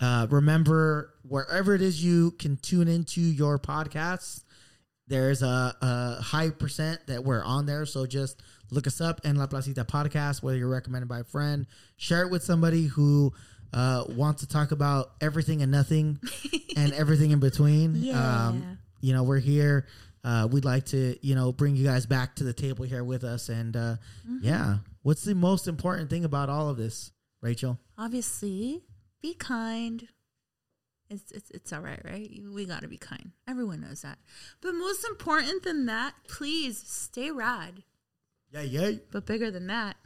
Speaker 1: Uh, remember, wherever it is you can tune into your podcasts, there's a, a high percent that we're on there. So just look us up in La Placita Podcast, whether you're recommended by a friend, share it with somebody who uh, wants to talk about everything and nothing and everything in between. Um,
Speaker 2: Yeah.
Speaker 1: you know, we're here. Uh, we'd like to, you know, bring you guys back to the table here with us. And uh,
Speaker 2: Mm-hmm.
Speaker 1: yeah, what's the most important thing about all of this, Rachel?
Speaker 2: Obviously, be kind. It's, it's, it's all right, right? You- We got to be kind. Everyone knows that. But most important than that, please stay rad.
Speaker 1: Yeah, yeah.
Speaker 2: But bigger than that,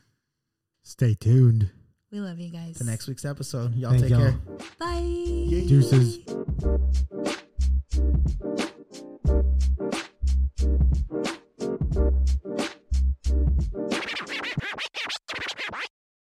Speaker 3: Stay tuned.
Speaker 2: we love you guys.
Speaker 1: To next week's episode. Y'all
Speaker 3: Thank
Speaker 1: take
Speaker 3: y'all.
Speaker 1: care.
Speaker 2: Bye.
Speaker 3: Deuces.